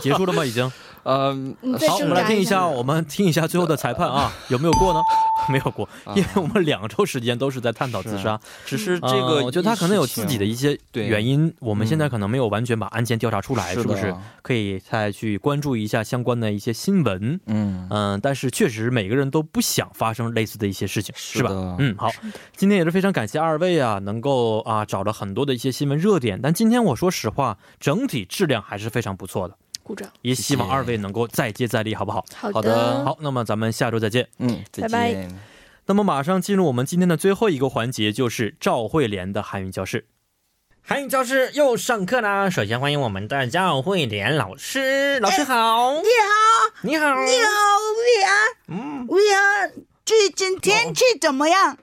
[SPEAKER 1] 结束了吗？已 经。
[SPEAKER 3] 呃
[SPEAKER 2] 你嗯再
[SPEAKER 1] 好，我
[SPEAKER 2] 挣
[SPEAKER 1] 们来
[SPEAKER 2] 扎
[SPEAKER 1] 听一
[SPEAKER 2] 一
[SPEAKER 1] 下，哦
[SPEAKER 2] 下。
[SPEAKER 1] 我 们听一下最后的裁判啊，有没有过呢？ 没有过，因为我们两周时间都是在探讨自杀。
[SPEAKER 3] 只啊是啊这
[SPEAKER 1] 呃
[SPEAKER 3] 个、
[SPEAKER 1] 我觉得他可能有自己的。一些
[SPEAKER 3] 对
[SPEAKER 1] 原因，我们
[SPEAKER 3] 嗯
[SPEAKER 1] 现在可能没有完全把案件调查出来，
[SPEAKER 3] 是
[SPEAKER 1] 是不是
[SPEAKER 3] 的？
[SPEAKER 1] 可以再去关注一下相关的一些新闻。
[SPEAKER 3] 嗯，
[SPEAKER 1] 嗯，但是确实每个人都不想发生类似的一些事情，是吧
[SPEAKER 3] 是的？
[SPEAKER 1] 嗯，好，今天也是非常感谢二位啊，能够啊找了很多的一些新闻热点，但今天我说实话，整体质量还是非常不错的，
[SPEAKER 2] 鼓掌。
[SPEAKER 1] 也希望
[SPEAKER 3] 谢谢
[SPEAKER 1] 二位能够再接再厉，好不好？
[SPEAKER 2] 好
[SPEAKER 3] 好的
[SPEAKER 1] 好，那么咱们下周再见。
[SPEAKER 3] 嗯，再
[SPEAKER 2] 拜
[SPEAKER 3] 见。
[SPEAKER 2] 拜
[SPEAKER 1] 那么马上进入我们今天的最后一个环节，就是赵慧莲的韩语教室。韩语教室又上课啦！首先欢迎我们的赵慧莲老师，老师好，你好，你好， 음,
[SPEAKER 4] 你好，薇儿，最近天气怎么样？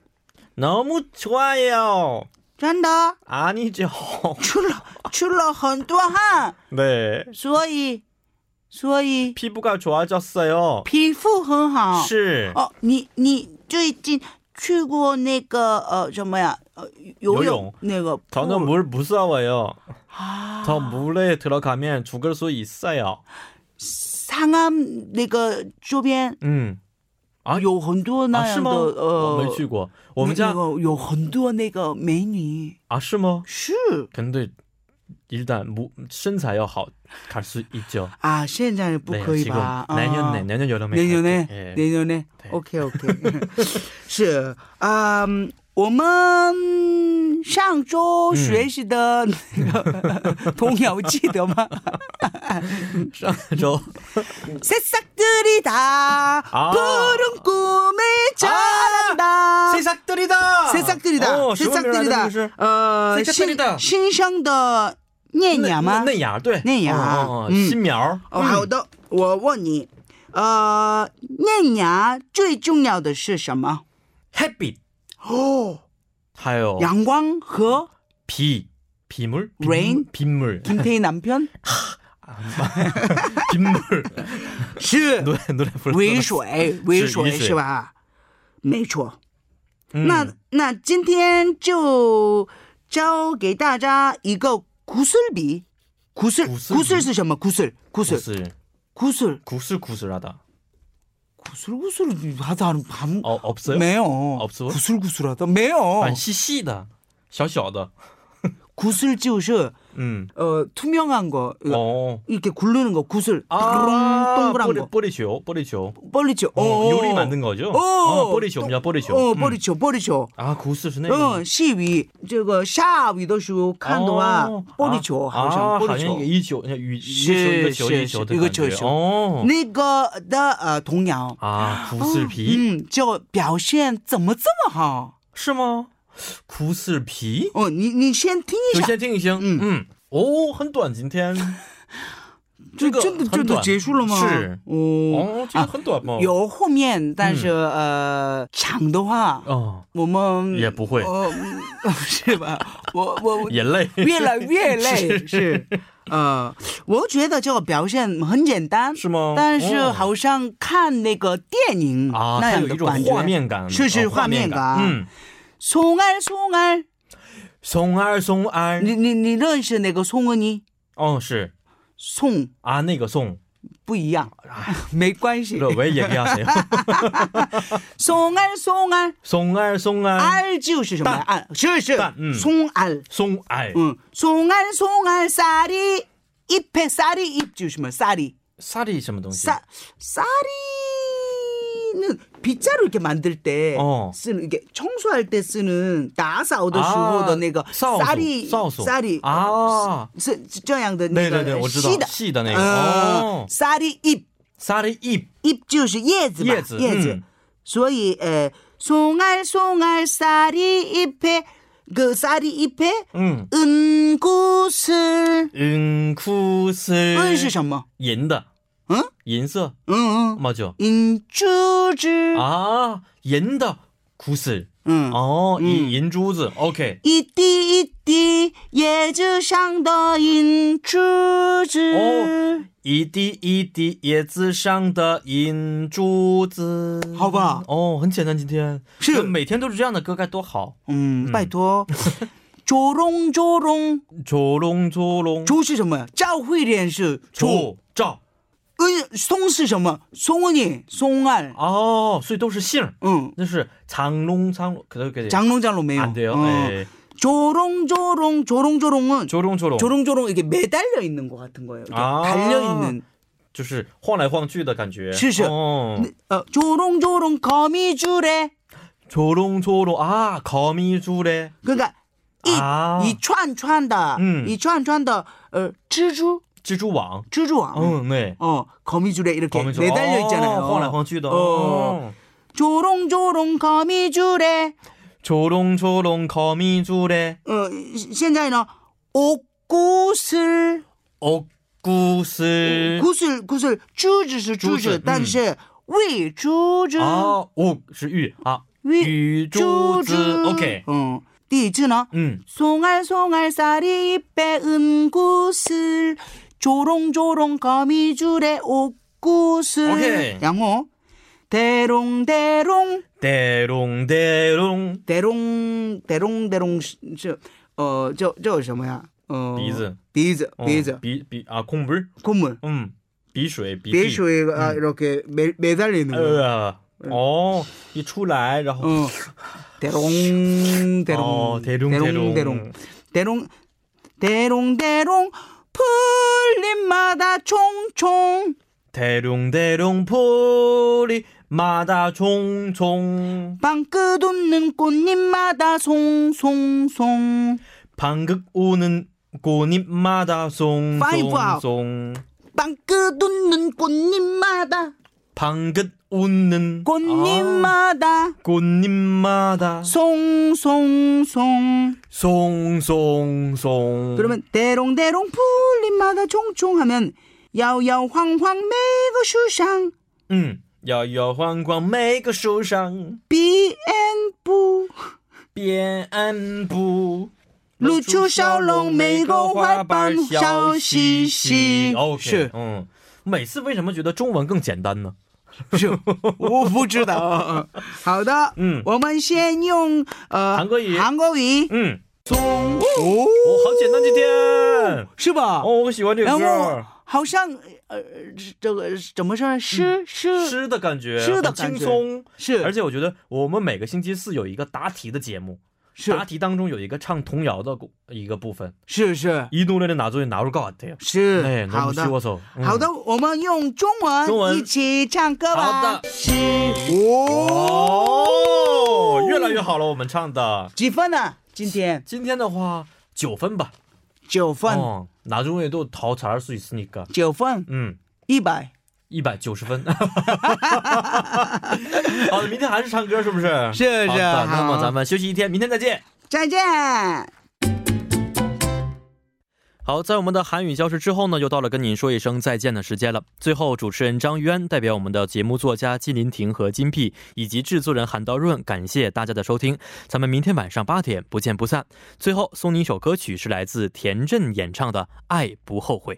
[SPEAKER 1] 너무좋아요
[SPEAKER 4] 真的
[SPEAKER 1] 아니죠
[SPEAKER 4] 出了出了很多汗，
[SPEAKER 1] 네,
[SPEAKER 4] 所以所以
[SPEAKER 1] 피부가 좋아졌어요.
[SPEAKER 4] 皮肤很好。
[SPEAKER 1] 是，
[SPEAKER 4] 哦，你你最近去过那个呃什么呀？呃，
[SPEAKER 1] 游
[SPEAKER 4] 游
[SPEAKER 1] 泳
[SPEAKER 4] 那个
[SPEAKER 1] 저는
[SPEAKER 4] pool
[SPEAKER 1] 물 무서워요.
[SPEAKER 4] 啊，
[SPEAKER 1] 저 물에 들어가면 죽을 수 있어요.
[SPEAKER 4] 상암那个周边
[SPEAKER 1] 음, 啊
[SPEAKER 4] 有很多那
[SPEAKER 1] 아
[SPEAKER 4] 样
[SPEAKER 1] 是
[SPEAKER 4] 的、
[SPEAKER 1] 吗我
[SPEAKER 4] 呃
[SPEAKER 1] 没去过我们家
[SPEAKER 4] 那个有很多那个美女
[SPEAKER 1] 啊是吗
[SPEAKER 4] 是
[SPEAKER 1] 근데 일단 뭐, 신사要好갈수 있죠.
[SPEAKER 4] 啊，现在不
[SPEAKER 1] 네,
[SPEAKER 4] 可以
[SPEAKER 1] 지금
[SPEAKER 4] 吧？啊
[SPEAKER 1] 내년에 내년 여름에
[SPEAKER 4] 那牛
[SPEAKER 1] 갈게.
[SPEAKER 4] 呢
[SPEAKER 1] 예. ？
[SPEAKER 4] 那牛呢
[SPEAKER 1] 哎对
[SPEAKER 4] ？OK OK，是啊、嗯我们上
[SPEAKER 1] 嗯
[SPEAKER 4] 周学习的那个 童谣记得吗？
[SPEAKER 1] 저
[SPEAKER 4] 새싹들이 다
[SPEAKER 1] 嗯 아.
[SPEAKER 4] 푸른 꿈에 자란다.
[SPEAKER 1] 세상들이다.
[SPEAKER 4] 아. 새싹들이다.
[SPEAKER 1] 어, 죽은
[SPEAKER 4] 새싹들이다.
[SPEAKER 1] 멸하는 뜻을-
[SPEAKER 4] 어, 신,
[SPEAKER 1] 새싹들이다.
[SPEAKER 4] 신성의 念念吗？
[SPEAKER 1] 那那牙对，
[SPEAKER 4] 那牙
[SPEAKER 1] 哦哦
[SPEAKER 4] 嗯
[SPEAKER 1] 新苗。
[SPEAKER 4] 哦，好的，我问你，呃，念牙最重要的是什么？
[SPEAKER 1] 햇빛
[SPEAKER 4] 哦，
[SPEAKER 1] 하요.
[SPEAKER 4] 阳光和
[SPEAKER 1] 비 비물 빗-
[SPEAKER 4] Rain?
[SPEAKER 1] 빗물
[SPEAKER 4] 김태희 남편
[SPEAKER 1] 빗물
[SPEAKER 4] 是
[SPEAKER 1] 노래 노래 불러
[SPEAKER 4] 尾水，尾
[SPEAKER 1] 是雨
[SPEAKER 4] 水
[SPEAKER 1] 水
[SPEAKER 4] 是吧？没错。
[SPEAKER 1] 嗯
[SPEAKER 4] 那那今天就教给大家一个古슬比，古슬
[SPEAKER 1] 古슬比
[SPEAKER 4] 古슬是什么？古슬古
[SPEAKER 1] 구
[SPEAKER 4] 슬
[SPEAKER 1] 슬
[SPEAKER 4] 古슬
[SPEAKER 1] 구슬구슬하다
[SPEAKER 4] 古슬구슬 하다는 밤
[SPEAKER 1] 어 없어요?
[SPEAKER 4] 매요.
[SPEAKER 1] 없어?
[SPEAKER 4] 구슬구슬하다 매요.
[SPEAKER 1] 蛮细细的，小小的，
[SPEAKER 4] 구슬 지우스
[SPEAKER 1] 嗯，
[SPEAKER 4] 어 투명한 거
[SPEAKER 1] 哦
[SPEAKER 4] 이렇게 굴르는 거 구슬
[SPEAKER 1] 아, 啊，
[SPEAKER 4] 뚜루룽 동그란
[SPEAKER 1] 玻璃
[SPEAKER 4] 거
[SPEAKER 1] 玻璃球，玻璃球，
[SPEAKER 4] 뻘리죠.
[SPEAKER 1] 어 요리 만든 거죠?
[SPEAKER 4] 어,
[SPEAKER 1] 어,玻璃球입니다,
[SPEAKER 4] 어,
[SPEAKER 1] 玻璃球.
[SPEAKER 4] 어
[SPEAKER 1] 음.
[SPEAKER 4] 뻘리죠. 뻘리죠.
[SPEAKER 1] 啊，구슬是那个。
[SPEAKER 4] 嗯，细雨这个下雨的时候看的话，
[SPEAKER 1] 어. 아.
[SPEAKER 4] 玻璃球
[SPEAKER 1] 啊
[SPEAKER 4] 好像
[SPEAKER 1] 啊
[SPEAKER 4] 玻
[SPEAKER 1] 好
[SPEAKER 4] 璃
[SPEAKER 1] 像
[SPEAKER 4] 球
[SPEAKER 1] 一个，一球，那羽
[SPEAKER 4] 是
[SPEAKER 1] 一个球一个
[SPEAKER 4] 是
[SPEAKER 1] 球一个球
[SPEAKER 4] 是
[SPEAKER 1] 的
[SPEAKER 4] 一个
[SPEAKER 1] 感觉
[SPEAKER 4] 球球
[SPEAKER 1] 哦
[SPEAKER 4] 那个的呃童谣，
[SPEAKER 1] 啊，구슬皮
[SPEAKER 4] 嗯，就表现怎么这么好？
[SPEAKER 1] 是吗？구슬皮，
[SPEAKER 4] 哦，你你先听一
[SPEAKER 1] 就
[SPEAKER 4] 下，
[SPEAKER 1] 先听一听，
[SPEAKER 4] 嗯
[SPEAKER 1] 嗯，哦，很短，今天
[SPEAKER 4] 就
[SPEAKER 1] 这个
[SPEAKER 4] 真的
[SPEAKER 1] 很
[SPEAKER 4] 真的
[SPEAKER 1] 短
[SPEAKER 4] 结束了吗？
[SPEAKER 1] 是
[SPEAKER 4] 哦，
[SPEAKER 1] 哦，这个很短吗？
[SPEAKER 4] 有后面，但是、呃长的话，
[SPEAKER 1] 哦，
[SPEAKER 4] 我们
[SPEAKER 1] 也不会，
[SPEAKER 4] 哦，嗯 是吧？我我
[SPEAKER 1] 也 累，
[SPEAKER 4] 越 来越累是。呃，我觉得这个表现很简单，
[SPEAKER 1] 是吗？
[SPEAKER 4] 但是
[SPEAKER 1] 哦
[SPEAKER 4] 好像看那个电影
[SPEAKER 1] 啊，它
[SPEAKER 4] 那样
[SPEAKER 1] 有
[SPEAKER 4] 的
[SPEAKER 1] 一种
[SPEAKER 4] 感觉。
[SPEAKER 1] 画面感，
[SPEAKER 4] 是是
[SPEAKER 1] 哦画面
[SPEAKER 4] 画面感
[SPEAKER 1] 嗯，
[SPEAKER 4] 松儿松儿，
[SPEAKER 1] 松儿松儿，
[SPEAKER 4] 你你你认识那个松儿呢？
[SPEAKER 1] 哦是
[SPEAKER 4] 松
[SPEAKER 1] 啊，那个松，
[SPEAKER 4] 不一样，
[SPEAKER 1] 哎
[SPEAKER 4] 没关 系。
[SPEAKER 1] 这我也给他谁？
[SPEAKER 4] 松儿松儿，
[SPEAKER 1] 松儿松儿，
[SPEAKER 4] 儿就是什么呀？儿是是
[SPEAKER 1] 嗯蛋嗯，
[SPEAKER 4] 松儿，
[SPEAKER 1] 松哎，
[SPEAKER 4] 嗯，松儿松儿，萨里一拍萨里一就是什么萨里
[SPEAKER 1] 沙里什么东西？
[SPEAKER 4] 萨萨里。는빗자루이렇게만들때
[SPEAKER 1] 어. 아,
[SPEAKER 4] 쓰는이렇게청소할때쓰는나사오더슈호더내가
[SPEAKER 1] 啊扫帚
[SPEAKER 4] 쌀이
[SPEAKER 1] 扫帚
[SPEAKER 4] 쌀이
[SPEAKER 1] 啊，
[SPEAKER 4] 是这样的那
[SPEAKER 1] 对对
[SPEAKER 4] 个
[SPEAKER 1] 对，我知道
[SPEAKER 4] 细的
[SPEAKER 1] 细的那个
[SPEAKER 4] 呃
[SPEAKER 1] 哦，，
[SPEAKER 4] 沙粒一
[SPEAKER 1] 沙里一
[SPEAKER 4] 一就是叶子吧，
[SPEAKER 1] 叶子
[SPEAKER 4] 叶子
[SPEAKER 1] 嗯，
[SPEAKER 4] 所以呃，松儿松儿沙粒一拍，个沙粒一拍，
[SPEAKER 1] 嗯
[SPEAKER 4] 嗯，故事，
[SPEAKER 1] 嗯，哭是
[SPEAKER 4] 嗯是什么？
[SPEAKER 1] 银的，
[SPEAKER 4] 嗯
[SPEAKER 1] 银色
[SPEAKER 4] 嗯嗯，
[SPEAKER 1] 嘛就
[SPEAKER 4] 嗯，珠子，
[SPEAKER 1] 아. 啊，银的哭是
[SPEAKER 4] 嗯，
[SPEAKER 1] 哦，银
[SPEAKER 4] 嗯
[SPEAKER 1] 银珠子，OK，
[SPEAKER 4] 一滴一滴叶子上的银珠子，
[SPEAKER 1] 哦一滴一滴叶子上的银珠子，
[SPEAKER 4] 好吧
[SPEAKER 1] 哦，很简单，今天
[SPEAKER 4] 是
[SPEAKER 1] 那每天都是这样的歌该多好，
[SPEAKER 4] 嗯，拜托， 음, 조롱조롱，
[SPEAKER 1] 조롱조롱
[SPEAKER 4] 조是什么呀？赵慧莲是조
[SPEAKER 1] 조赵
[SPEAKER 4] 嗯，松是什么？松언니，松
[SPEAKER 1] 아.
[SPEAKER 4] 알，
[SPEAKER 1] 哦，所以都是姓儿，
[SPEAKER 4] 응,
[SPEAKER 1] 那是长龙长龙，可能可以。
[SPEAKER 4] 장롱장롱
[SPEAKER 1] 네.
[SPEAKER 4] 매요.
[SPEAKER 1] 안 돼요.
[SPEAKER 4] 어.
[SPEAKER 1] 예.
[SPEAKER 4] 조롱조롱, 조롱조롱은
[SPEAKER 1] 조롱조롱
[SPEAKER 4] 조롱조롱 이게 매달려 있는 것 같은 거예요. 이렇게
[SPEAKER 1] 아.
[SPEAKER 4] 달려 있는.
[SPEAKER 1] 就是晃来晃去的感觉。
[SPEAKER 4] 是是
[SPEAKER 1] 哦，
[SPEAKER 4] 어, 조롱조롱 거미줄에
[SPEAKER 1] 조롱조롱 아 거미줄에
[SPEAKER 4] 그러니까 이,
[SPEAKER 1] 아.
[SPEAKER 4] 이 串串的,
[SPEAKER 1] 음.
[SPEAKER 4] 이 串串的, 어, 쭈쭈,
[SPEAKER 1] 蜘蛛网。
[SPEAKER 4] 쭈쭈왕.
[SPEAKER 1] 응, 네.
[SPEAKER 4] 어, 거미줄에 이렇게
[SPEAKER 1] 거미줄.
[SPEAKER 4] 매달려 있잖아요.
[SPEAKER 1] 어,晃来晃去的.
[SPEAKER 4] 어.
[SPEAKER 1] 어.
[SPEAKER 4] 조롱조롱 거미줄에,
[SPEAKER 1] 조롱조롱 거미줄에
[SPEAKER 4] 어, 현재는 옥구슬.
[SPEAKER 1] 옥구슬.
[SPEAKER 4] 구슬 구슬
[SPEAKER 1] 주스,
[SPEAKER 4] 주주스 주주
[SPEAKER 1] 네. 음.
[SPEAKER 4] 但是未주주
[SPEAKER 1] 아, 옥是玉啊，玉珠
[SPEAKER 4] 주 어,
[SPEAKER 1] 子。OK，
[SPEAKER 4] 嗯第一句呢
[SPEAKER 1] 嗯，
[SPEAKER 4] 송알송알쌀이잎에은구슬조롱조롱거미줄에옥구슬
[SPEAKER 1] 오케이.
[SPEAKER 4] 양호 대롱대롱
[SPEAKER 1] 대롱대롱
[SPEAKER 4] 대롱 대롱대롱 어, 어저저什么呀？呃，
[SPEAKER 1] 鼻子，
[SPEAKER 4] 비즈
[SPEAKER 1] 어,
[SPEAKER 4] 비즈
[SPEAKER 1] 비, 비, 아, 콩불,
[SPEAKER 4] 콧물
[SPEAKER 1] 음, 비수에, 비, 음.
[SPEAKER 4] 비수에 아 이렇게 매, 매달리는 거.
[SPEAKER 1] 어, 어, 이 출라이, 然后
[SPEAKER 4] 어. 대롱 대롱
[SPEAKER 1] 어, 대롱, 대롱.
[SPEAKER 4] 대롱 대롱 대롱 대롱 대롱 풀잎마다 총총
[SPEAKER 1] 대롱대롱 풀이 마다 종종
[SPEAKER 4] 방긋 웃는 꽃잎마다 송송송
[SPEAKER 1] 방긋 우는 꽃잎마다
[SPEAKER 4] 파이브아웃.
[SPEAKER 1] 송송송
[SPEAKER 4] 방긋 웃는 꽃잎마다
[SPEAKER 1] 방긋 웃는 아,
[SPEAKER 4] 꽃잎마다
[SPEAKER 1] 꽃잎마다
[SPEAKER 4] 송송송
[SPEAKER 1] 송송송
[SPEAKER 4] 그러면 대롱 대롱 풀잎마다 총총 하면 야우야우황황 매거 슈상
[SPEAKER 1] 嗯摇摇晃晃每个树上
[SPEAKER 4] 비앤부
[SPEAKER 1] 变安步。
[SPEAKER 4] 露出笑容玫瑰花瓣笑嘻嘻
[SPEAKER 1] 哦，
[SPEAKER 4] 是
[SPEAKER 1] 嗯，每次为什么觉得中文更简单呢？
[SPEAKER 4] 不是，我不知 道。嗯嗯好的，
[SPEAKER 1] 嗯
[SPEAKER 4] 我们先用呃
[SPEAKER 1] 韩国语
[SPEAKER 4] 韩国语，
[SPEAKER 1] 嗯，
[SPEAKER 4] 松哦，
[SPEAKER 1] 哦，好简单，今天。
[SPEAKER 4] 是吧？
[SPEAKER 1] 哦，我喜欢这个
[SPEAKER 4] 然
[SPEAKER 1] 歌
[SPEAKER 4] 后
[SPEAKER 1] 儿，
[SPEAKER 4] 好像呃，这个怎么说？诗诗
[SPEAKER 1] 诗的感觉，
[SPEAKER 4] 诗的
[SPEAKER 1] 很
[SPEAKER 4] 感
[SPEAKER 1] 轻
[SPEAKER 4] 觉
[SPEAKER 1] 松。
[SPEAKER 4] 是，
[SPEAKER 1] 嗯而且我觉得我们每个星期四有一个答题的节目，
[SPEAKER 4] 是
[SPEAKER 1] 答题当中有一个唱童谣的一个部分。
[SPEAKER 4] 是
[SPEAKER 1] 哎
[SPEAKER 4] 是
[SPEAKER 1] 이노래는 나중에 나올 것 같아요.
[SPEAKER 4] 是
[SPEAKER 1] 네, ，
[SPEAKER 4] 好
[SPEAKER 1] 너무
[SPEAKER 4] 的。
[SPEAKER 1] 쉬워서. 음.
[SPEAKER 4] 好的，我们用中文
[SPEAKER 1] 嗯中文
[SPEAKER 4] 一起唱歌吧。
[SPEAKER 3] 好的
[SPEAKER 4] 是哦，
[SPEAKER 1] 嗯哦，越来越好了，我们唱的。
[SPEAKER 4] 几分呢？今天
[SPEAKER 1] 今天的话九分吧。哦
[SPEAKER 4] 九分，
[SPEAKER 1] 어, 나중에도 더 잘할 수 있으니까.
[SPEAKER 4] 九分，
[SPEAKER 1] 음.
[SPEAKER 4] 一百
[SPEAKER 1] 嗯一百九十 分，好的，明天还是唱歌，是不是？
[SPEAKER 4] 是
[SPEAKER 1] 好
[SPEAKER 4] 是
[SPEAKER 1] 的，那么
[SPEAKER 4] 好
[SPEAKER 1] 咱们休息一天，明天再见。
[SPEAKER 4] 再见。
[SPEAKER 1] 好，在我们的韩语教室之后呢，又到了跟您说一声再见的时间了。最后，主持人张渊代表我们的节目作家金林婷和金碧，以及制作人韩道润，感谢大家的收听。咱们明天晚上八点不见不散。最后送您一首歌曲，是来自田震演唱的《爱不后悔》。